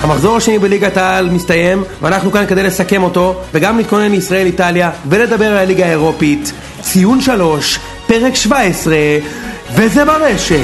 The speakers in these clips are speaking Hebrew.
המחזור השני בליגת העל מסתיים, ואנחנו כאן כדי לסכם אותו, וגם להתכונן לישראל-איטליה, ולדבר על הליגה האירופית. ציון 3, פרק 17, וזה ברשת.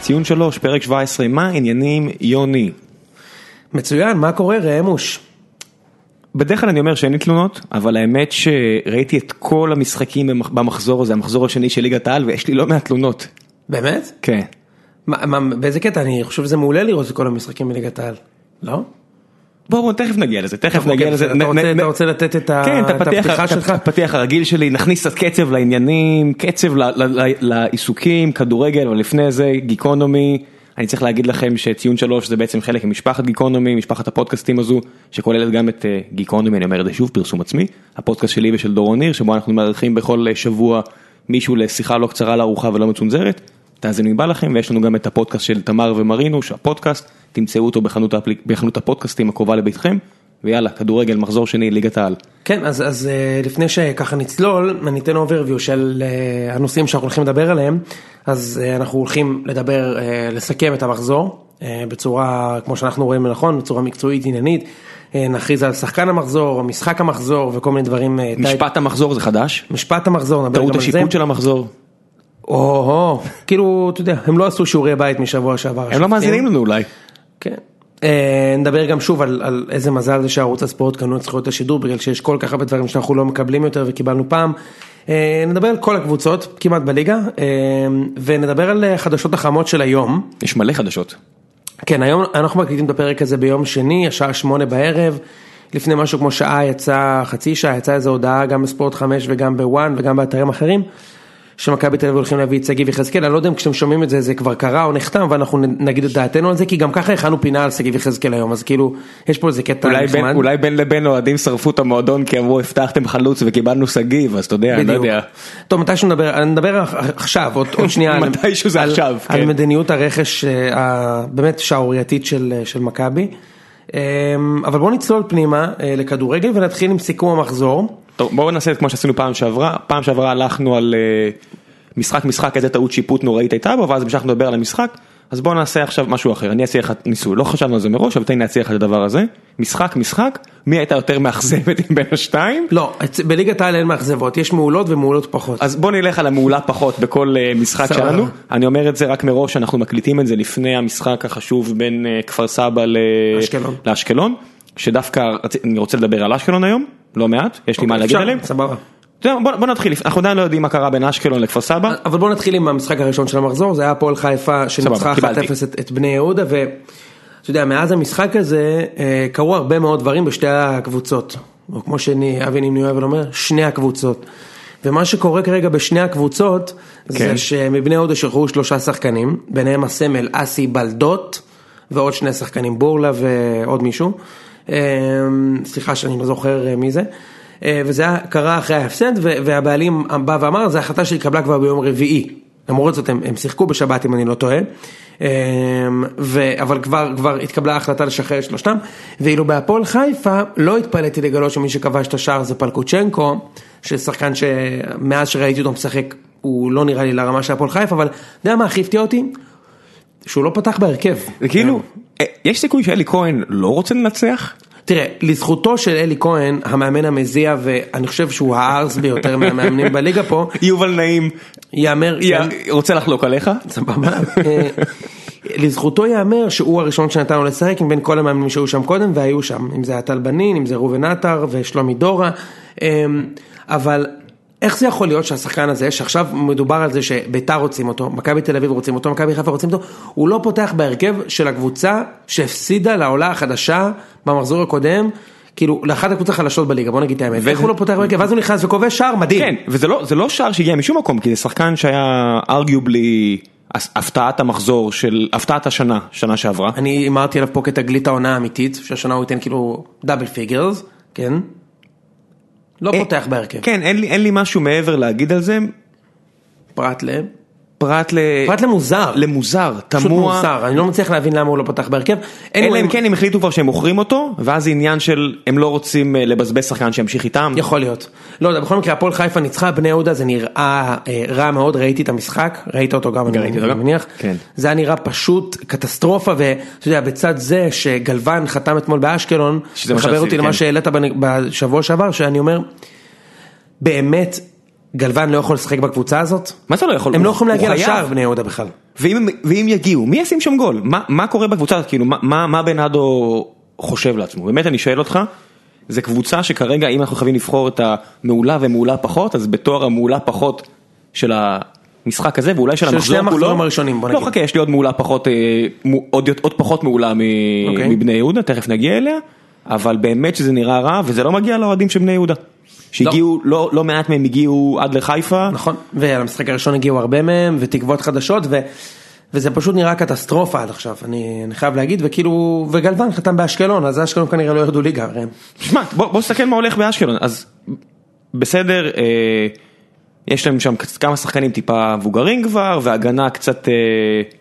ציון 3, פרק 17, מה העניינים יוני? מצוין, מה קורה ראמוש? בדרך כלל אני אומר שאין לי תלונות, אבל האמת שראיתי את כל המשחקים במח- במחזור הזה, המחזור השני של ליגת העל, ויש לי לא מעט תלונות. באמת? כן. מה, מה, באיזה קטע? אני חושב שזה מעולה לראות את כל המשחקים בליגת העל. לא? בוא בוא, תכף נגיע לזה, תכף אוקיי, נגיע בסדר, לזה. אתה נ- רוצה- נ- אתה רוצה לתת את ה- כן, את הפתיח- הפתיחה הפ- שלך? הפתיח הרגיל שלי, נכניס קצת קצב לעניינים, קצב ל- ל- ל- לעיסוקים, כדורגל, אבל לפני זה גיקונומי. אני צריך להגיד לכם שציון שלוש זה בעצם חלק ממשפחת גיקונומי, משפחת הפודקאסטים הזו, שכוללת גם את אה, גיקונומי, אני אומר את זה שוב, פרסום עצמי, הפודקאסט שלי ושל דורון ניר, שבו אנחנו מארחים בכל אה, שבוע מישהו לשיחה לא קצרה לארוחה ולא מצונזרת. תאזינו אם בא לכם, ויש לנו גם את הפודקאסט של תמר ומרינו, שהפודקאסט, תמצאו אותו בחנות, האפליק... בחנות הפודקאסטים הקרובה לביתכם, ויאללה, כדורגל, מחזור שני, ליגת העל. כן, אז, אז אה, לפני שככה נצלול, אני אתן overview של אה, הנושאים שאנחנו הולכים לדבר עליהם. אז אה, אנחנו הולכים לדבר, אה, לסכם את המחזור אה, בצורה, כמו שאנחנו רואים לנכון, בצורה מקצועית, עניינית. אה, נכריז על שחקן המחזור, משחק המחזור וכל מיני דברים. אה, טייפ- משפט המחזור זה חדש, משפט המחזור, נדבר גם טעות על זה. השיפוט של המחזור, או-הו, כאילו, אתה יודע, הם לא עשו שיעורי בית משבוע שעבר. הם לא השופטים. מאזינים לנו אולי. כן. אה, נדבר גם שוב על, על איזה מזל זה שערוץ הספורט קנו את זכויות השידור בגלל שיש כל כך הרבה דברים שאנחנו לא מקבלים יותר וקיבלנו פעם. אה, נדבר על כל הקבוצות כמעט בליגה אה, ונדבר על אה, חדשות החמות של היום. יש מלא חדשות. כן היום אנחנו מקליטים את הפרק הזה ביום שני השעה שמונה בערב. לפני משהו כמו שעה יצא חצי שעה יצאה איזו הודעה גם בספורט 5 וגם בוואן וגם באתרים אחרים. שמכבי תל אביב הולכים להביא את שגיב יחזקאל, אני לא יודע אם כשאתם שומעים את זה זה כבר קרה או נחתם ואנחנו נ- נגיד את דעתנו על זה כי גם ככה הכנו פינה על שגיב יחזקאל היום אז כאילו יש פה איזה קטע אולי בין- נחמד. אולי בין לבין אוהדים שרפו את המועדון כי אמרו הבטחתם חלוץ וקיבלנו שגיב, אז אתה יודע, אני לא בדיוק. יודע. טוב, מתישהו נדבר, נדבר אח- עכשיו, עוד, עוד שנייה. על- מתישהו זה על, עכשיו, על כן. מדיניות הרכש אה, הבאמת שערורייתית של, אה, של מכבי. אה, אבל בואו נצלול פנימה אה, לכדורגל ונתחיל עם סיכום המחזור. טוב, בואו נעשה את כמו שעשינו פעם שעברה, פעם שעברה הלכנו על אה, משחק משחק איזה טעות שיפוט נוראית הייתה בו ואז המשכנו לדבר על המשחק, אז בואו נעשה עכשיו משהו אחר, אני אעשה לך ניסוי, לא חשבנו על זה מראש אבל תן לי להציע לך את הדבר הזה, משחק משחק, מי הייתה יותר מאכזבת בין השתיים? לא, אצ- בליגת העל אין מאכזבות, יש מעולות ומעולות פחות. אז בוא נלך על המעולה פחות בכל אה, משחק סבבה. שלנו. אני אומר את זה רק מראש, אנחנו מקליטים את זה לפני המשחק החשוב בין אה, כפר סבא ל- אשקלון. לאשקלון, שדווקא רצ- אני רוצה לדבר על אשקלון היום, לא מעט, יש לי מה להגיד אוקיי, אפשר, עליהם. סבבה. אתה יודע, בוא בוא נתחיל, אנחנו עדיין לא יודעים מה קרה בין אשקלון לכפר סבא. אבל בואו נתחיל עם המשחק הראשון של המחזור, זה היה הפועל חיפה שניצחה 1-0 קיבלתי. את, את בני יהודה, ואתה יודע, מאז המשחק הזה אה, קרו הרבה מאוד דברים בשתי הקבוצות, או כמו שאבי נימני אוהב אומר, שני הקבוצות. ומה שקורה כרגע בשני הקבוצות, כן. זה שמבני יהודה שחררו שלושה שחקנים, ביניהם הסמל אסי בלדות, ועוד שני שחקנים, בורלה ועוד מישהו. אה, סליחה שאני לא זוכר אה, מי זה. אה, וזה היה- קרה אחרי ההפסד, ו- והבעלים בא ואמר, זו החלטה שהתקבלה כבר ביום רביעי. למרות זאת הם, הם שיחקו בשבת אם אני לא טועה, אה, ו, אבל כבר, כבר התקבלה ההחלטה לשחרר את שלושתם, ואילו בהפועל חיפה לא התפלאתי לגלות שמי שכבש את השער זה פלקוצ'נקו, ששחקן שמאז שראיתי אותו משחק הוא לא נראה לי לרמה של הפועל חיפה, אבל אתה יודע מה הכי הפתיע אותי? שהוא לא פתח בהרכב. זה כאילו, אה, יש סיכוי שאלי כהן לא רוצה לנצח? תראה, לזכותו של אלי כהן, המאמן המזיע, ואני חושב שהוא הארס ביותר מהמאמנים בליגה פה, יובל נעים יאמר... יא, רוצה לחלוק עליך? סבבה. אה, לזכותו ייאמר שהוא הראשון שנתן לו לשחק מבין כל המאמנים שהיו שם קודם והיו שם, אם זה היה טל בנין, אם זה ראובן עטר ושלומי דורה, אה, אבל איך זה יכול להיות שהשחקן הזה, שעכשיו מדובר על זה שביתר רוצים אותו, מכבי תל אביב רוצים אותו, מכבי חיפה רוצים אותו, הוא לא פותח בהרכב של הקבוצה שהפסידה לעולה החדשה במחזור הקודם, כאילו לאחת הקבוצות החלשות בליגה, בוא נגיד את האמת, וזה- איך הוא לא פותח בהרכב, ואז הוא נכנס וכובש שער מדהים. כן, וזה לא, זה לא שער שהגיע משום מקום, כי זה שחקן שהיה ארגיובלי אז הפתעת המחזור של, הפתעת השנה, שנה שעברה. אני הימרתי עליו פה כתגלית העונה האמיתית, שהשנה הוא ייתן כאילו דאבל פיגרס, כן? לא אה, פותח בהרכב, כן, אין לי, אין לי משהו מעבר להגיד על זה, פרט ל... פרט ל... פרט למוזר, למוזר, פשוט תמוה. מוזר, אני לא מצליח להבין למה הוא לא פתח בהרכב. אלא Anyway, אם כן הם החליטו כבר שהם מוכרים אותו, ואז זה עניין של הם לא רוצים אה, לבזבז שחקן שימשיך איתם. יכול להיות. לא יודע, בכל מקרה הפועל חיפה ניצחה, בני יהודה זה נראה אה, רע מאוד, ראיתי את המשחק, ראית אותו גם, אני ראיתי אותו אני גם. מניח. כן. זה היה נראה פשוט קטסטרופה, ואתה יודע, בצד זה שגלוון חתם אתמול באשקלון, שזה מה מחבר שעשיתי, אותי כן. למה שהעלית בנ- בשבוע שעבר, שאני אומר, באמת, גלוון לא יכול לשחק בקבוצה הזאת? מה זה לא יכול? הם לא הוא- יכולים הוא להגיע חייב. לשער בני יהודה בכלל. ואם, הם- ואם יגיעו, מי ישים שם גול? מה, מה קורה בקבוצה הזאת? כאילו, מה, מה, מה בנאדו חושב לעצמו? באמת, אני שואל אותך, זה קבוצה שכרגע, אם אנחנו חייבים לבחור את המעולה ומעולה פחות, אז בתואר המעולה פחות של המשחק הזה, ואולי של, של שני המחזור כולו. המחזורים הראשונים, בוא לא, נגיד. חכה, יש לי עוד מעולה פחות, אה, מו- עוד, עוד פחות מעולה מ, אוקיי. מבני יהודה, תכף נגיע אליה, אבל באמת שזה נראה רע, וזה לא מגיע לאוהדים של בני יהודה. שהגיעו, לא. לא, לא מעט מהם הגיעו עד לחיפה. נכון, ועל המשחק הראשון הגיעו הרבה מהם, ותקוות חדשות, ו... וזה פשוט נראה קטסטרופה עד עכשיו, אני, אני חייב להגיד, וכאילו, וגלוון חתם באשקלון, אז אשקלון כנראה לא ירדו ליגה, הרי. שמע, בוא, בוא נסתכל מה הולך באשקלון, אז בסדר, אה, יש להם שם כ- כמה שחקנים טיפה מבוגרים כבר, והגנה קצת אה,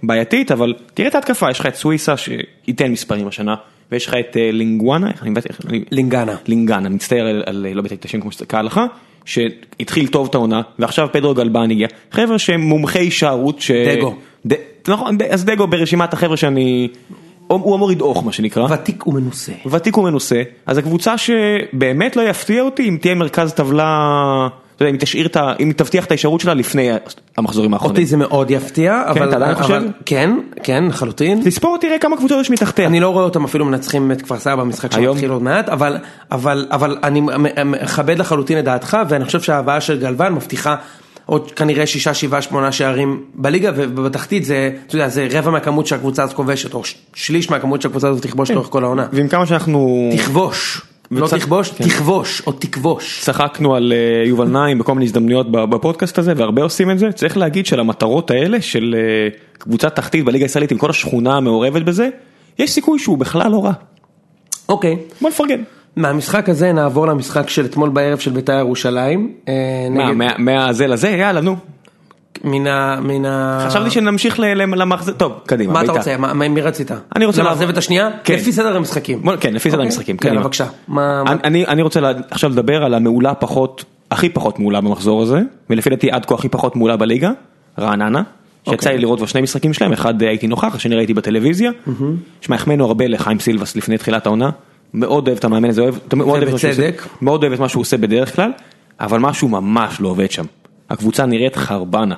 בעייתית, אבל תראה את ההתקפה, יש לך את סוויסה שייתן מספרים השנה, ויש לך את אה, לינגואנה, איך אני מבטא, איך אני... לינגאנה. לינגאנה, מצטער על, על אה, לא ביטאתי את השם כמו שזה כהלכה, שהתחיל טוב את העונה, ועכשיו פדרו גלבן הגיע, חבר'ה שהם מומחי הישארות, ש... דגו. ד... נכון, ד- אז דגו ברשימת החבר'ה שאני, הוא- הוא אמור לדעוך מה שנקרא. ותיק ומנוסה. ותיק ומנוסה, אז הקבוצה שבאמת לא יפתיע אותי אם תהיה מרכז טבלה, אתה יודע, אם היא תשאיר את ה... אם היא תבטיח את ההישארות שלה לפני המחזורים אותי האחרונים. זה מאוד יפתיע, אבל... אתה עדיין אבל- חושב? כן, כן, לחלוטין. תספור תראה כמה קבוצות יש מתחתיה. אני לא רואה אותם אפילו מנצחים את כפר סבא במשחק היום? שמתחיל עוד מעט, אבל, אבל, אבל אני מכבד לחלוטין את דעתך, ואני חושב שההבאה של גלוון מבטיחה עוד כנראה שישה, שבעה, שמונה שערים בליגה, ובתחתית זה, אתה יודע, זה רבע מהכמות שהקבוצה הזאת כובשת, או ש- שליש מהכמות שהקבוצה הזאת תכבוש לאורך כל העונה. ועם כמה שאנחנו תכבוש, לא כן. וצריך- תכבוש, כן. תכבוש, או תכבוש. צחקנו על אה, יובל נעים בכל מיני הזדמנויות ב- בפודקאסט הזה, והרבה עושים את זה, צריך להגיד שלמטרות האלה של אה, קבוצה תחתית בליגה הישראלית עם כל השכונה המעורבת בזה, יש סיכוי שהוא בכלל לא רע. אוקיי. בוא נפרגן. מהמשחק הזה נעבור למשחק של אתמול בערב של בית"ר ירושלים. אה, מה, נגד- מה- מהזה לזה? יאללה, נו. מן ה... מן ה... חשבתי שנמשיך ל- ל- למחזור, טוב, אה. קדימה. מה אתה בית"ר. רוצה? מה- מה- מי רצית? אני רוצה לעבור- לעזב את השנייה? כן. לפי סדר המשחקים. בוא, כן, לפי סדר אוקיי. המשחקים, יאללה, קדימה. בבקשה. מה... מה- אני- אני, אני רוצה לה, עכשיו לדבר על המעולה פחות, הכי פחות מעולה במחזור הזה, ולפי דעתי עד כה הכי פחות מעולה בליגה, רעננה, שיצא לי לראות כבר שני משחקים שלהם, אחד אה, הייתי נוכח, השני ראיתי בטלוויזיה. שמע, החמאנו הרבה לחיים סילבס לפני תחילת העונה, מאוד אוהב את המאמן הזה, אוהב, מאוד אוהב את מה שהוא עושה- ובצדק. מאוד אוהב את מה שהוא עושה בדרך כלל, אבל משהו ממש לא עובד שם. הקבוצה נראית חרבנה.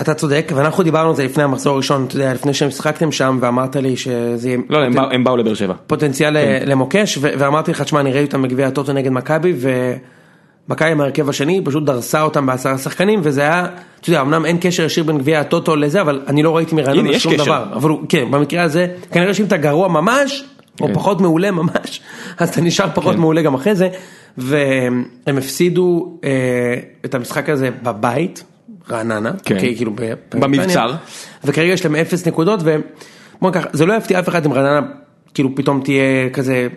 אתה צודק, ואנחנו דיברנו על זה לפני המחזור הראשון, אתה יודע, לפני שמשחקתם שם, ואמרת לי שזה יהיה... לא, הם, באו- הם באו לבאר שבע. פוטנציאל כן. למוקש, ו- ואמרתי לך, תשמע, אני ראיתי אותם בגביע הטוטו נגד מכבי, ומכבי עם ההרכב השני, היא פשוט דרסה אותם בעשרה שחקנים, וזה היה, אתה יודע, אמנם אין קשר ישיר בין גביע הטוטו לזה, אבל אני לא ראיתי הנה, מרעננה יש שום קשר. דבר. אבל הוא, כן, במקרה הזה, כנראה שאם אתה גרוע ממש, או כן. פחות מעולה ממש, אז אתה נשאר פחות מעולה גם אחרי זה, והם הפסידו אה, את המשחק הזה בבית, רעננה, כן. אוקיי, כאילו ב- במבצר. וכרגע יש להם אפס נקודות, ובוא ניקח, זה לא יפתיע אף אחד אם רעננה כאילו פתאום תהיה כזה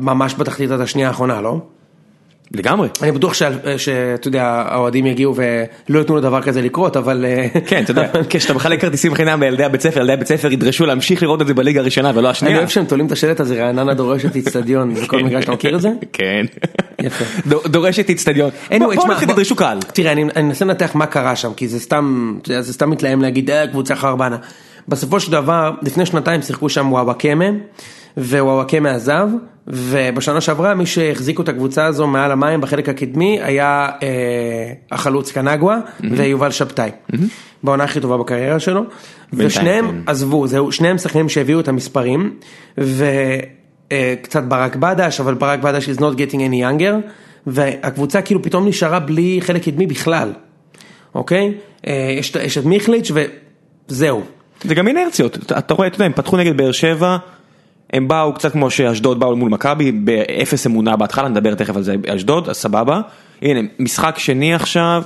ממש בתחתית עד השנייה האחרונה, לא? לגמרי. אני בטוח שה- שאתה יודע, האוהדים יגיעו ולא ייתנו לדבר כזה לקרות, אבל... אה, כן, אתה יודע, כשאתה מחלק כרטיסים חינם לילדי הבית ספר, ילדי הבית ספר ידרשו להמשיך לראות את זה בליגה הראשונה ולא השנייה. אני אוהב שהם תולים את השלט הזה, רעננה דורשת איצטדיון, בכל מגרש, אתה מכיר את זה? כן. יפה. ד- דורשת איצטדיון. anyway, בוא- בוא תשמע, נתחיל בוא- תדרשו קהל. תראה, אני אני מנסה לנתח מה קרה שם, כי זה סתם, אתה יודע, זה סתם מתלהם להגיד, אה, קבוצה חרבנה. בסופו של דבר, לפני שנתיים שיחקו שם וואבקמה, ווואבקמה עזב, ובשנה שעברה מי שהחזיקו את הקבוצה הזו מעל המים בחלק הקדמי היה אה, החלוץ קנגווה ויובל שבתאי. בעונה הכי טובה בקריירה שלו, כן. ושניהם עזבו, זהו, שניהם שחקנים שהביאו את המספרים, וקצת ברק בדש, אבל ברק בדש is not getting any younger, והקבוצה כאילו פתאום נשארה בלי חלק קדמי בכלל, אוקיי? אה, יש, את- יש את מיכליץ' וזהו. זה גם אינרציות. אתה- אתה רואה, אתה יודע, הם פתחו נגד באר שבע, הם באו קצת כמו שאשדוד באו מול מכבי, באפס אמונה בהתחלה, נדבר תכף על זה, אשדוד, אז סבבה. הנה, משחק שני עכשיו,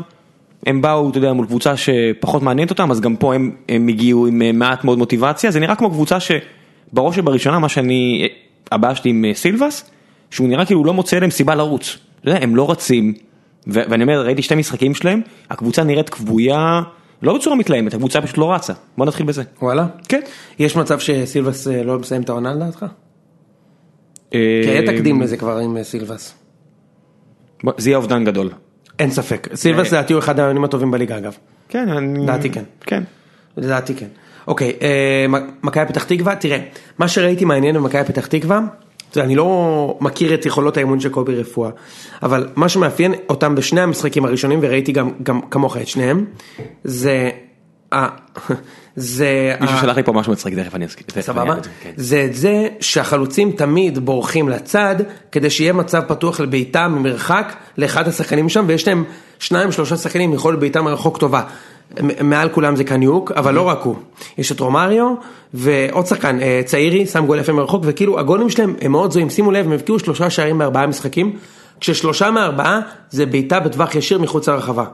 הם באו, אתה יודע, מול קבוצה שפחות מעניינת אותם, אז גם פה הם, הם הגיעו עם אה, מעט מאוד מוטיבציה, זה נראה כמו קבוצה שבראש ובראשונה, מה שאני, אה, הבעיה שלי עם אה, סילבס, שהוא נראה כאילו הוא לא מוצא להם סיבה לרוץ. אתה יודע, הם לא רצים, ו- ואני אומר, ראיתי שתי משחקים שלהם, הקבוצה נראית כבויה, לא בצורה מתלהמת, הקבוצה פשוט לא רצה. בוא נתחיל בזה. וואלה? כן. יש מצב שסילבס אה, לא מסיים את העונה לדעתך? כי היה אה, תקדים לזה כבר עם אה, סילבס. בוא, זה יהיה אובדן גדול. אין ספק. סילבס אה. לדעתי הוא אחד העניינים הטובים בליגה אגב. כן, אני... דעתי כן. כן. לדעתי כן. אוקיי, אה, מ- מכבי פתח תקווה, תראה, מה שראיתי מעניין במכבי פתח תקווה, אתה יודע, אני לא מכיר את יכולות האימון של קובי רפואה, אבל מה שמאפיין אותם בשני המשחקים הראשונים, וראיתי גם, גם כמוך את שניהם, זה... ה- זה... מישהו ה- שלח לי פה משהו מצחיק, תכף אני אזכיר. תכף אני אה. סבבה? אגיד את זה, כן. זה את זה שהחלוצים תמיד בורחים לצד, כדי שיהיה מצב פתוח לבעיטה ממרחק לאחד השחקנים שם, ויש להם שניים שלושה שחקנים עם יכולת בעיטה מרחוק טובה. מ- מעל כולם זה קניוק, אבל לא רק הוא. יש את רומריו, ועוד שחקן, אה, צעירי, שם גול יפה מרחוק, וכאילו הגולים שלהם הם מאוד זוהים. שימו לב, הם הבקיעו שלושה שערים מארבעה משחקים, כששלושה מארבעה זה בעיטה בטווח ישיר מחוץ לרחבה.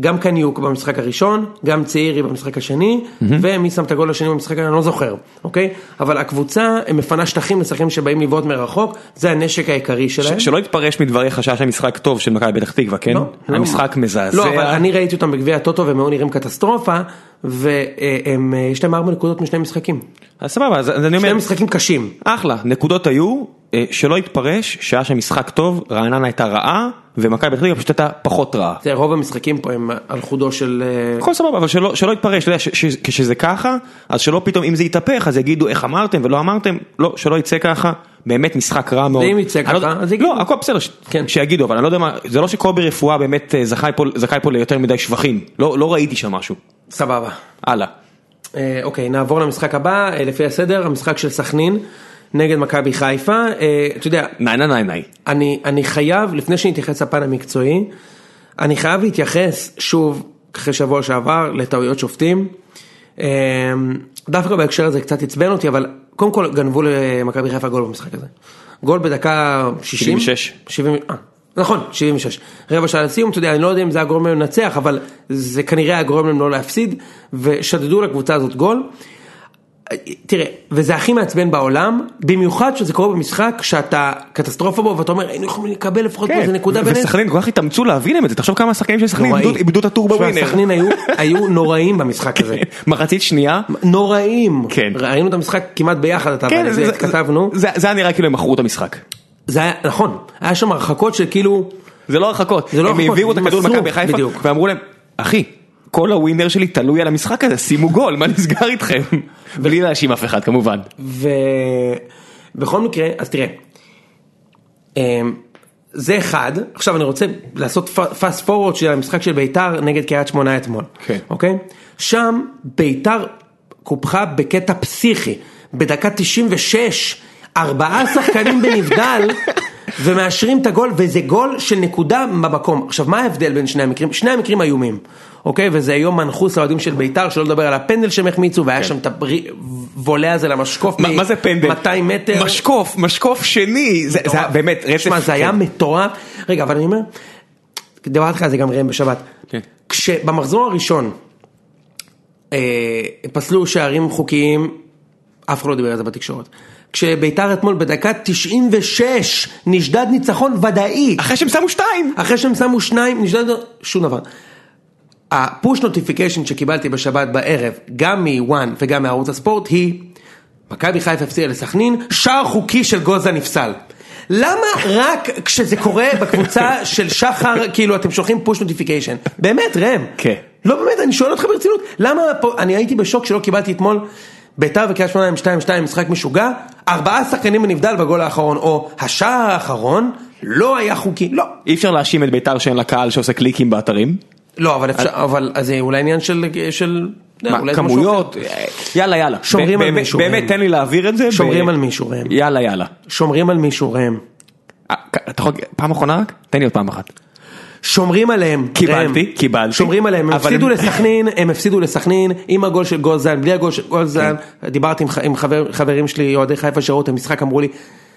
גם קניוק במשחק הראשון, גם צעירי במשחק השני, ומי שם את הגול השני במשחק, אני לא זוכר, אוקיי? אבל הקבוצה הם מפנה שטחים לשחקנים שבאים לבעוט מרחוק, זה הנשק העיקרי שלהם. ש- שלא יתפרש מדבריך שהיה שם משחק טוב של מכבי פתח תקווה, כן? לא. המשחק מזעזע. לא, אבל אני ראיתי אותם בגביע הטוטו והם היו נראים קטסטרופה, ויש להם ארבע נקודות משני משחקים. אז סבבה, אז אז אני אומר, שני משחקים קשים. אחלה, נקודות היו, אה, שלא יתפרש שהיה שם משחק טוב, רעננה הייתה רעה, ומכבי פתח תקווה פשוט הייתה פחות רעה. זה רוב המשחקים פה הם על חודו של... אה, הכל סבבה, אבל שלא, שלא יתפרש, אתה יודע, ש- ש- כשזה ככה, אז שלא פתאום אם זה יתהפך, אז יגידו איך אמרתם ולא אמרתם, לא, שלא יצא ככה, באמת משחק רע מאוד. ואם יצא אני לא- ככה, אז יגידו. לא, הכל בסדר, ש- כן. שיגידו, אבל אני לא יודע מה, זה לא שקובי רפואה באמת אה, זכאי פה, זכאי פה ליותר מדי שבחים, לא, לא ראיתי שם משהו, סבבה. הלאה. אה, אוקיי, נעבור למשחק הבא, אה, לפי הסדר, המשחק של סכנין נגד מכבי חיפה. אה, אתה יודע, ניי ניי ניי ניי. אני, אני חייב, לפני שנתייחס לפן המקצועי, אני חייב להתייחס שוב, אחרי שבוע שעבר, לטעויות שופטים. אמ, דווקא בהקשר הזה קצת עצבן אותי, אבל קודם כל גנבו למכבי חיפה גול במשחק הזה. גול בדקה 60. 76. 70, אה, נכון, 76. רבע שעה לסיום, אתה יודע, אני לא יודע אם זה הגורם להם לנצח, אבל זה כנראה הגורם להם לא להפסיד, ושדדו לקבוצה הזאת גול. תראה, וזה הכי מעצבן בעולם, במיוחד שזה קורה במשחק שאתה קטסטרופה בו ואתה אומר היינו יכולים לקבל לפחות איזה כן. נקודה כן, ו- בנס. וסכנין כל כך התאמצו להבין להם את זה, תחשוב כמה השחקנים של סכנין נוראי. איבדו- איבדו את הטור תשמע, בווינר. סכנין היו- היו נוראים במשחק הזה, מחצית שנייה. נוראים. כן. ראינו את המשחק כמעט ביחד, אתה כן, ואני, זה- זה זה- כתבנו. זה זה היה נראה כאילו הם מכרו את המשחק. זה היה, נכון, היה שם הרחקות של כאילו, זה לא הרחקות, זה לא הם הרחקות, העבירו את הם הכדור מסרו, למכבי חיפה, בדיוק. ואמרו להם, אחי, כל הווינר שלי תלוי על המשחק הזה, שימו גול, מה נסגר איתכם? בלי להאשים אף אחד כמובן. ובכל מקרה, אז תראה, אמ, זה אחד, עכשיו אני רוצה לעשות פאסט פורוורד של המשחק של ביתר נגד קריית שמונה אתמול, כן. אוקיי? שם ביתר קופחה בקטע פסיכי, בדקה 96, ארבעה שחקנים בנבדל. ומאשרים את הגול, וזה גול של נקודה במקום. עכשיו, מה ההבדל בין שני המקרים? שני המקרים איומים, אוקיי? וזה יום מנחוס לאוהדים של ביתר, שלא לדבר על הפנדל שהם החמיצו, והיה שם את הוולה הזה למשקוף כן. מה מה זה פנדל? 200 מטר. משקוף, משקוף שני, זה זה היה באמת רצף. כן. שמע, זה היה מטורף. רגע, אבל אני אומר, דיברתי לך על זה גם ראם בשבת. כן. כשבמחזור הראשון אה, פסלו שערים חוקיים, אף אחד לא דיבר על זה בתקשורת. כשביתר אתמול בדקה 96 נשדד ניצחון ודאי. אחרי שהם שמו שתיים. אחרי שהם שמו שניים, נשדד, שום דבר. הפוש נוטיפיקיישן שקיבלתי בשבת בערב, גם מוואן וגם מערוץ הספורט, היא מכבי חיפה הפסידה לסכנין, שער חוקי של גוזה נפסל. למה רק כשזה קורה בקבוצה של שחר, כאילו אתם שולחים פוש נוטיפיקיישן? באמת, ראם. כן. לא באמת, אני שואל אותך ברצינות, למה פה, אני הייתי בשוק שלא קיבלתי אתמול ביתר וקריית שמונה עם 2-2 משחק משוגע, ארבעה שחקנים בנבדל בגול האחרון, או השער האחרון לא היה חוקי, לא, אי אפשר להאשים את ביתר שאין לה קהל שעושה קליקים באתרים. לא, אבל אפשר, אבל אז זה אולי עניין של, של, לא, מה, אולי זה משהו כמויות, אחר. יאללה יאללה. שומרים ב- על באמת- מישהו, באמת הם. תן לי להעביר את זה. ב- שומרים על מישהו, ראם. יאללה יאללה. שומרים על מישהו, ראם. אה, אתה יכול, פעם אחרונה רק? תן לי עוד פעם אחת. שומרים עליהם, קיבלתי, ראם. קיבלתי. שומרים עליהם, הם אבל הפסידו הם- לסכנין, הם הפסידו לסכנין, עם הגול של גולזן, בלי הגול של גולזן, כן. דיברתי עם, ח- עם חבר, חברים שלי, אוהדי חיפה שראו את המשחק, אמרו לי,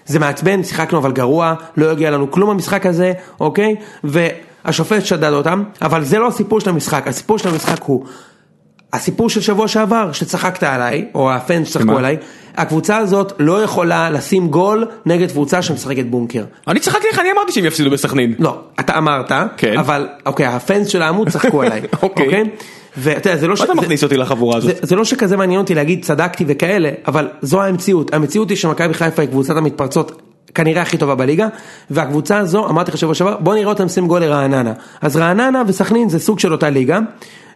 זה מעצבן, שיחקנו אבל גרוע, לא הגיע לנו כלום המשחק הזה, אוקיי? ו... השופט שדד אותם, אבל זה לא הסיפור של המשחק, הסיפור של המשחק הוא הסיפור של שבוע שעבר, שצחקת עליי, או הפאנס שצחקו מה? עליי, הקבוצה הזאת לא יכולה לשים גול נגד קבוצה שמשחקת בונקר. אני צחקתי לך, אני אמרתי שהם יפסידו בסכנין. לא, אתה אמרת, כן. אבל אוקיי, הפאנס של העמוד צחקו עליי, אוקיי. ואתה יודע, זה לא ש... מה אתה זה- מכניס אותי לחבורה הזאת? זה, זה לא שכזה מעניין אותי להגיד צדקתי וכאלה, אבל זו המציאות. המציאות היא שמכבי חיפה היא קבוצת המתפרצות כנראה הכי טובה בליגה, והקבוצה הזו, אמרתי לך שבוע שעבר, בוא נראה אותם שים גול לרעננה. אז רעננה וסכנין זה סוג של אותה ליגה,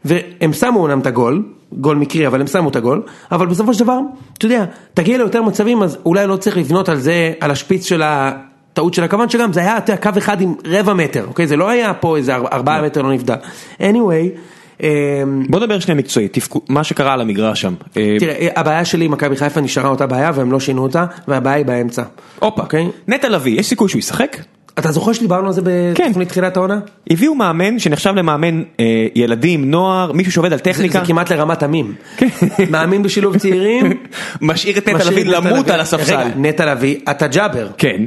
והם שמו אומנם את הגול, גול מקרי, אבל הם שמו את הגול, אבל בסופו של דבר, אתה יודע, תגיע ליותר מצבים, אז אולי לא צריך לבנות על זה, על השפיץ של ה... טעות של הכוון שגם זה היה אתה יודע, קו אחד עם רבע מטר, אוקיי? זה לא היה פה איזה ארבע- ארבעה מטר לא נפדה. anyway, אמ, בוא נדבר שנייה מקצועית, תפקו- מה שקרה על המגרש שם. אה, תראה, הבעיה שלי עם מכבי חיפה נשארה אותה בעיה והם לא שינו אותה, והבעיה היא באמצע. הופה, אוקיי? נטע לביא, יש סיכוי שהוא ישחק? אתה זוכר שדיברנו על זה כן. בתוכנית תחילת העונה? הביאו מאמן שנחשב למאמן אה, ילדים, נוער, מישהו שעובד על זה טכניקה, כמעט לרמת עמים. מאמין בשילוב צעירים, משאיר את כן. נטע משאיר את לביא נטע למות לביא. על הספסל. רגע, נטע לביא, אתה ג'אבר. כן.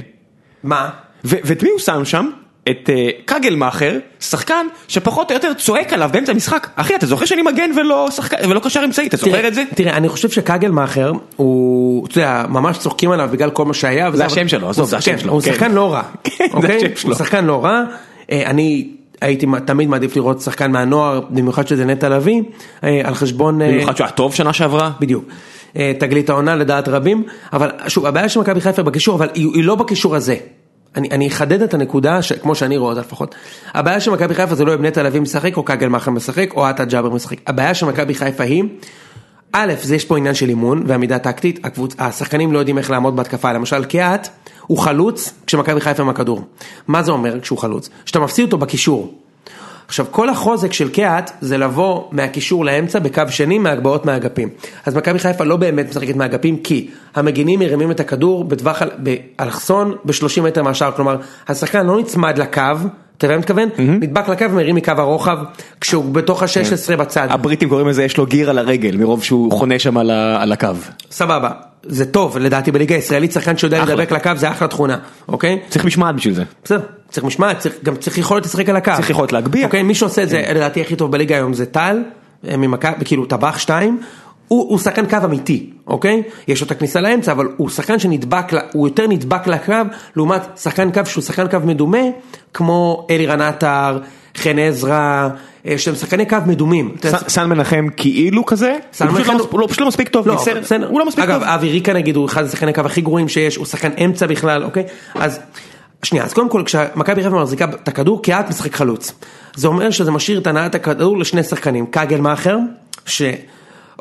מה? ו- ואת מי הוא שם שם? את אה, כגלמאכר, שחקן שפחות או יותר צועק עליו באמצע המשחק. אחי, אתה זוכר שאני מגן ולא שחקן, ולא קשר אמצעי, אתה זוכר את זה? תראה, אני חושב שקגלמאכר הוא, אתה יודע, ממש צוחקים עליו בגלל כל מה שהיה. וזה- השם שלו, עזוב, הוא זה שחקן, השם שלו, הוא כן. שחקן לא רע. כן, זה אוקיי? השם שלו. הוא שחקן לא רע. אה, אני הייתי תמיד מעדיף לראות שחקן מהנוער, במיוחד שזה נטע לביא, אה, על חשבון... אה, במיוחד שהוא היה טוב שנה שעברה. בדיוק. אה, תגלית העונה לדעת רבים, אבל שוב, הבעיה של מכבי חיפה בקישור, אבל היא, היא לא בקישור הזה. אני, אני אחדד את הנקודה, ש, כמו שאני רואה אותה לפחות. הבעיה של מכבי חיפה זה לא אם נטע לביא משחק, או כגל מאחר משחק, או עטה ג'אבר משחק. הבעיה של מכבי חיפה היא, א', זה יש פה עניין של אימון ועמידה טקטית, הקבוצ... השחקנים לא יודעים איך לעמוד בהתקפה, למשל קיאט הוא חלוץ כשמכבי חיפה עם הכדור. מה זה אומר כשהוא חלוץ? שאתה מפסיד אותו בקישור. עכשיו כל החוזק של קהת זה לבוא מהקישור לאמצע בקו שני מהגבהות מהאגפים. אז מכבי חיפה לא באמת משחקת מהאגפים כי המגינים מרימים את הכדור בטווח אל- באלכסון ב-30 מטר מהשאר, כלומר השחקן לא נצמד לקו, אתה יודע מה אני מתכוון? נדבק לקו ומרים מקו הרוחב כשהוא בתוך ה-16 בצד. הבריטים קוראים לזה יש לו גיר על הרגל מרוב שהוא חונה שם על ה- על הקו. סבבה, זה טוב לדעתי בליגה הישראלית, שחקן שיודע אחלה. לדבק לקו זה אחלה תכונה, אוקיי? צריך משמעת בשביל זה. בסדר, צריך משמעת, צריך- גם צריך יכולת לשחק על הקו. צריך יכולת להגביה. כן. אוקיי, מי שעושה את זה לדעתי הכי טוב בליגה היום זה טל, אה, ממכבי, כאילו טבח שתיים. הוא, הוא שחקן קו אמיתי, אוקיי? יש לו את הכניסה לאמצע, אבל הוא שחקן שנדבק, ל- הוא יותר נדבק לקו, לעומת שחקן קו שהוא שחקן קו מדומה, כמו אלירן עטר, חן עזרא, אה, שהם שחקני קו מדומים. אתה יודע, ס- סן מנחם כאילו כזה, סן הוא פשוט מנחם לא מס- הוא לא- פשוט לא מספיק טוב, לא, מצטער, אבל בסדר. הוא לא מספיק אגב, טוב. אגב, אבי ריקה נגיד הוא אחד השחקני הקו הכי גרועים שיש, הוא שחקן אמצע בכלל, אוקיי? אז שנייה, אז קודם כל כשמכבי חיפה מחזיקה את הכדור, כיעד משחק חלוץ. זה אומר שזה משאיר את הנעת הכדור לשני שחקנים, כגל מאכר, ש...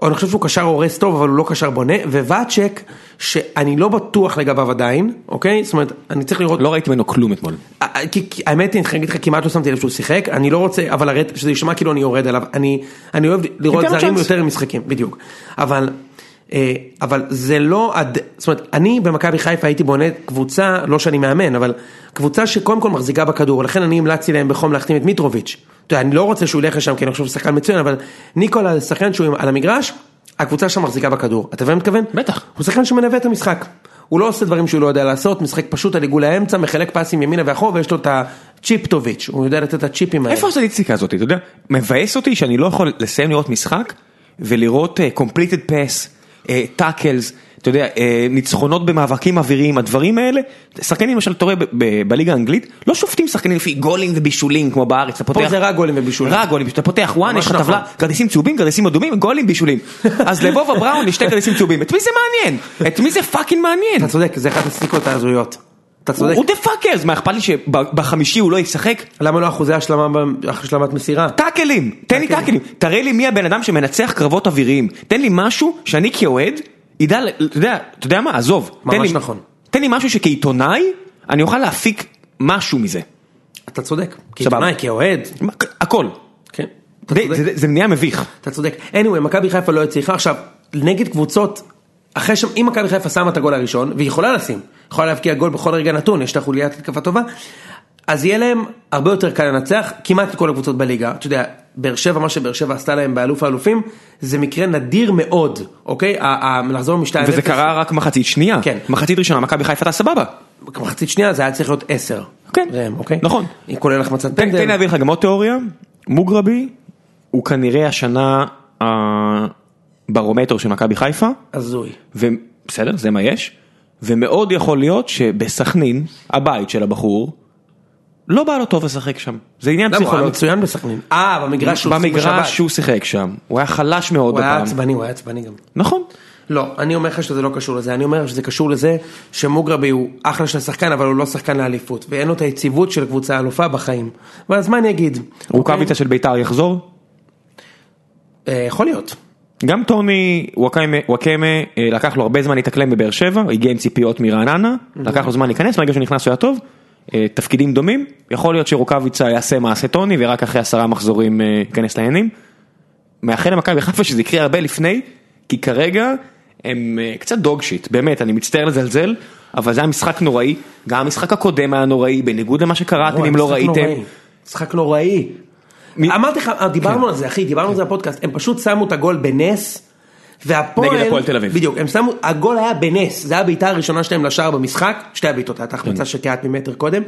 אני חושב שהוא קשר הורס טוב, אבל הוא לא קשר בונה, וואצ'ק, שאני לא בטוח לגביו עדיין, אוקיי? זאת אומרת, אני צריך לראות... לא ראיתי ממנו כלום אתמול. אה, כי כי- האמת היא, אני חייב להגיד לך, כמעט לא שמתי לב שהוא שיחק, אני לא רוצה, אבל הרי שזה יישמע כאילו אני יורד עליו, אני, אני אוהב לראות תיתן לו זרים צ'אנס. יותר משחקים, בדיוק. אבל, אה, אבל זה לא, עד, זאת אומרת, אני במכבי חיפה הייתי בונה קבוצה, לא שאני מאמן, אבל קבוצה שקודם כל מחזיקה בכדור, לכן אני המלצתי להם בחום להחתים את מיטרוביץ'. אתה יודע, אני לא רוצה שהוא ילך לשם, כי אני חושב שהוא שחקן מצוין, אבל ניקולה, זה שחקן שהוא על המגרש, הקבוצה שם מחזיקה בכדור. אתה מבין מה אני מתכוון? בטח. הוא שחקן שמנווט את המשחק. הוא לא עושה דברים שהוא לא יודע לעשות, משחק פשוט על עיגול האמצע, מחלק פסים ימינה ואחור, ויש לו את הצ'יפטוביץ', הוא יודע לתת את הצ'יפים האלה. איפה הסטטיסטיקה הזאת, אתה יודע? מבאס אותי שאני לא יכול לסיים לראות משחק ולראות אה, completed pass, טאקלס, אתה יודע, אה, ניצחונות במאבקים אוויריים, הדברים האלה, שחקנים למשל, אתה רואה ב- ב- בליגה האנגלית, לא שופטים שחקנים לפי גולים ובישולים כמו בארץ, אתה פותח... פה זה רק גולים ובישולים. רק גולים, אתה פותח וואן, ממש יש לך טבלה, נכון. כרטיסים צהובים, כרטיסים אדומים, גולים, בישולים. אז לבובה בראון יש שתי כרטיסים צהובים, את מי זה מעניין? את מי זה פאקינג מעניין? אתה צודק, זה אחת הסטיקות ההזויות. אתה צודק. הוא דה פאקרס, מה אכפת לי שבחמישי הוא לא ישחק? למה לא אחוזי השלמה ב- השלמת מסירה? טאקלים, תן לי טאקלים, תראה לי מי הבן אדם שמנצח קרבות אוויריים, תן לי משהו שאני כאוהד, ידע, ל- אתה יודע, אתה יודע מה, עזוב, תן ממש לי, נכון. תן לי משהו שכעיתונאי, אני אוכל להפיק משהו מזה, אתה צודק. סבבה. כעיתונאי, כאוהד. מה, הכל, כן. אתה די, צודק. זה- זה נהיה מביך, אתה צודק. anyway, מכבי חיפה לא הצליחה. עכשיו, נגד קבוצות, אחרי שם, אם מכבי חיפה שמה את הגול הראשון, והיא יכולה לשים, יכולה להבקיע גול בכל רגע נתון, יש לה חוליית התקפה טובה, אז יהיה להם הרבה יותר קל לנצח, כמעט את כל הקבוצות בליגה. אתה יודע, באר שבע, מה שבאר שבע עשתה להם באלוף האלופים, זה מקרה נדיר מאוד, אוקיי? ה- ה- לחזור משתיים... וזה אפס, קרה רק מחצית שנייה, כן. מחצית ראשונה מכבי חיפה הייתה סבבה, מחצית שנייה זה היה צריך להיות עשר. כן. ראם, אוקיי? נכון. כולל החמצת תן תן לי פנדל. להביא לך גם עוד תיאוריה, מוגרבי הוא כנראה השנה הברומטר של מכבי חיפה, הזוי. ובסדר זה מה יש, ומאוד יכול להיות שבסכנין הבית של הבחור לא בא לו טוב לשחק שם, זה עניין למה? הוא היה פסיכולוגי, לא, מצוין בסכנין. אה, במגרש שהוא שיחק בשבת. לא. במגרש שהוא שיחק שם, הוא היה חלש מאוד הוא היה הפעם, עצבני, הוא היה עצבני גם. נכון, לא, אני אומר לך שזה לא קשור לזה, אני אומר שזה קשור לזה שמוגרבי הוא אחלה של שחקן, אבל הוא לא שחקן לאליפות, ואין לו את היציבות של קבוצה אלופה בחיים. ואז מה אני אגיד? רוקאביצה של ביתר יחזור, אוקיי? אה, יכול להיות. גם טוני וואקמה, וואקמה אה, לקח לו הרבה זמן להתאקלם בבאר שבע, הגיע עם ציפיות מרעננה, לקח לו זמן להיכנס, ברגע שהוא נכנס הוא היה טוב, אה, תפקידים דומים, יכול להיות שרוקאביצה יעשה מעשה טוני ורק אחרי עשרה מחזורים אה, ייכנס לעניינים. מאחל למכבי חיפה שזה יקרה הרבה לפני, כי כרגע הם אה, קצת דוג שיט, באמת, אני מצטער לזלזל, אבל זה היה משחק נוראי, גם המשחק הקודם היה נוראי, בניגוד למה שקראתם אם לא משחק ראיתם. נוראי. משחק נוראי. מי- כן. אמרתי לך, אה, דיברנו על זה אחי, דיברנו על זה בפודקאסט, הם פשוט שמו את הגול בנס. והפועל, נגד הפועל תל אביב. בדיוק, הם שמו, הגול היה בנס, זה היה הבעיטה הראשונה שלהם לשער במשחק, שתי הבעיטות, כן. הייתה החמצה של קהת ממטר קודם.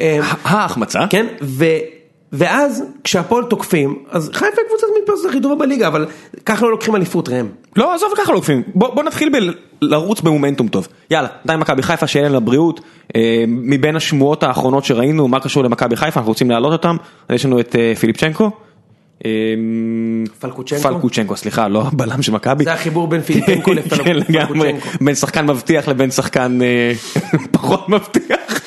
אה, ההחמצה, כן, ו... ואז כשהפועל תוקפים, אז חיפה היא קבוצת מתפרצת הכי טובה בליגה, אבל ככה לא לוקחים אליפות ראם. לא, עזוב ככה לא עוקפים. בוא, בוא נתחיל בלרוץ במומנטום טוב. יאללה, די מכבי חיפה, שיהיה להם לבריאות. אה, מבין השמועות האחרונות שראינו, מה קשור למכבי חיפה, אנחנו רוצים להעלות אותם. אז יש לנו את אה, פיליפצ'נקו. אה, פלקוצ'נקו? פלקוצ'נקו, סליחה, לא הבלם של מכבי. זה החיבור בין פיליפינקו כן, לגמרי, לפלקוצ'נקו. בין שחקן מבטיח לבין שחקן אה, פחות מבטיח.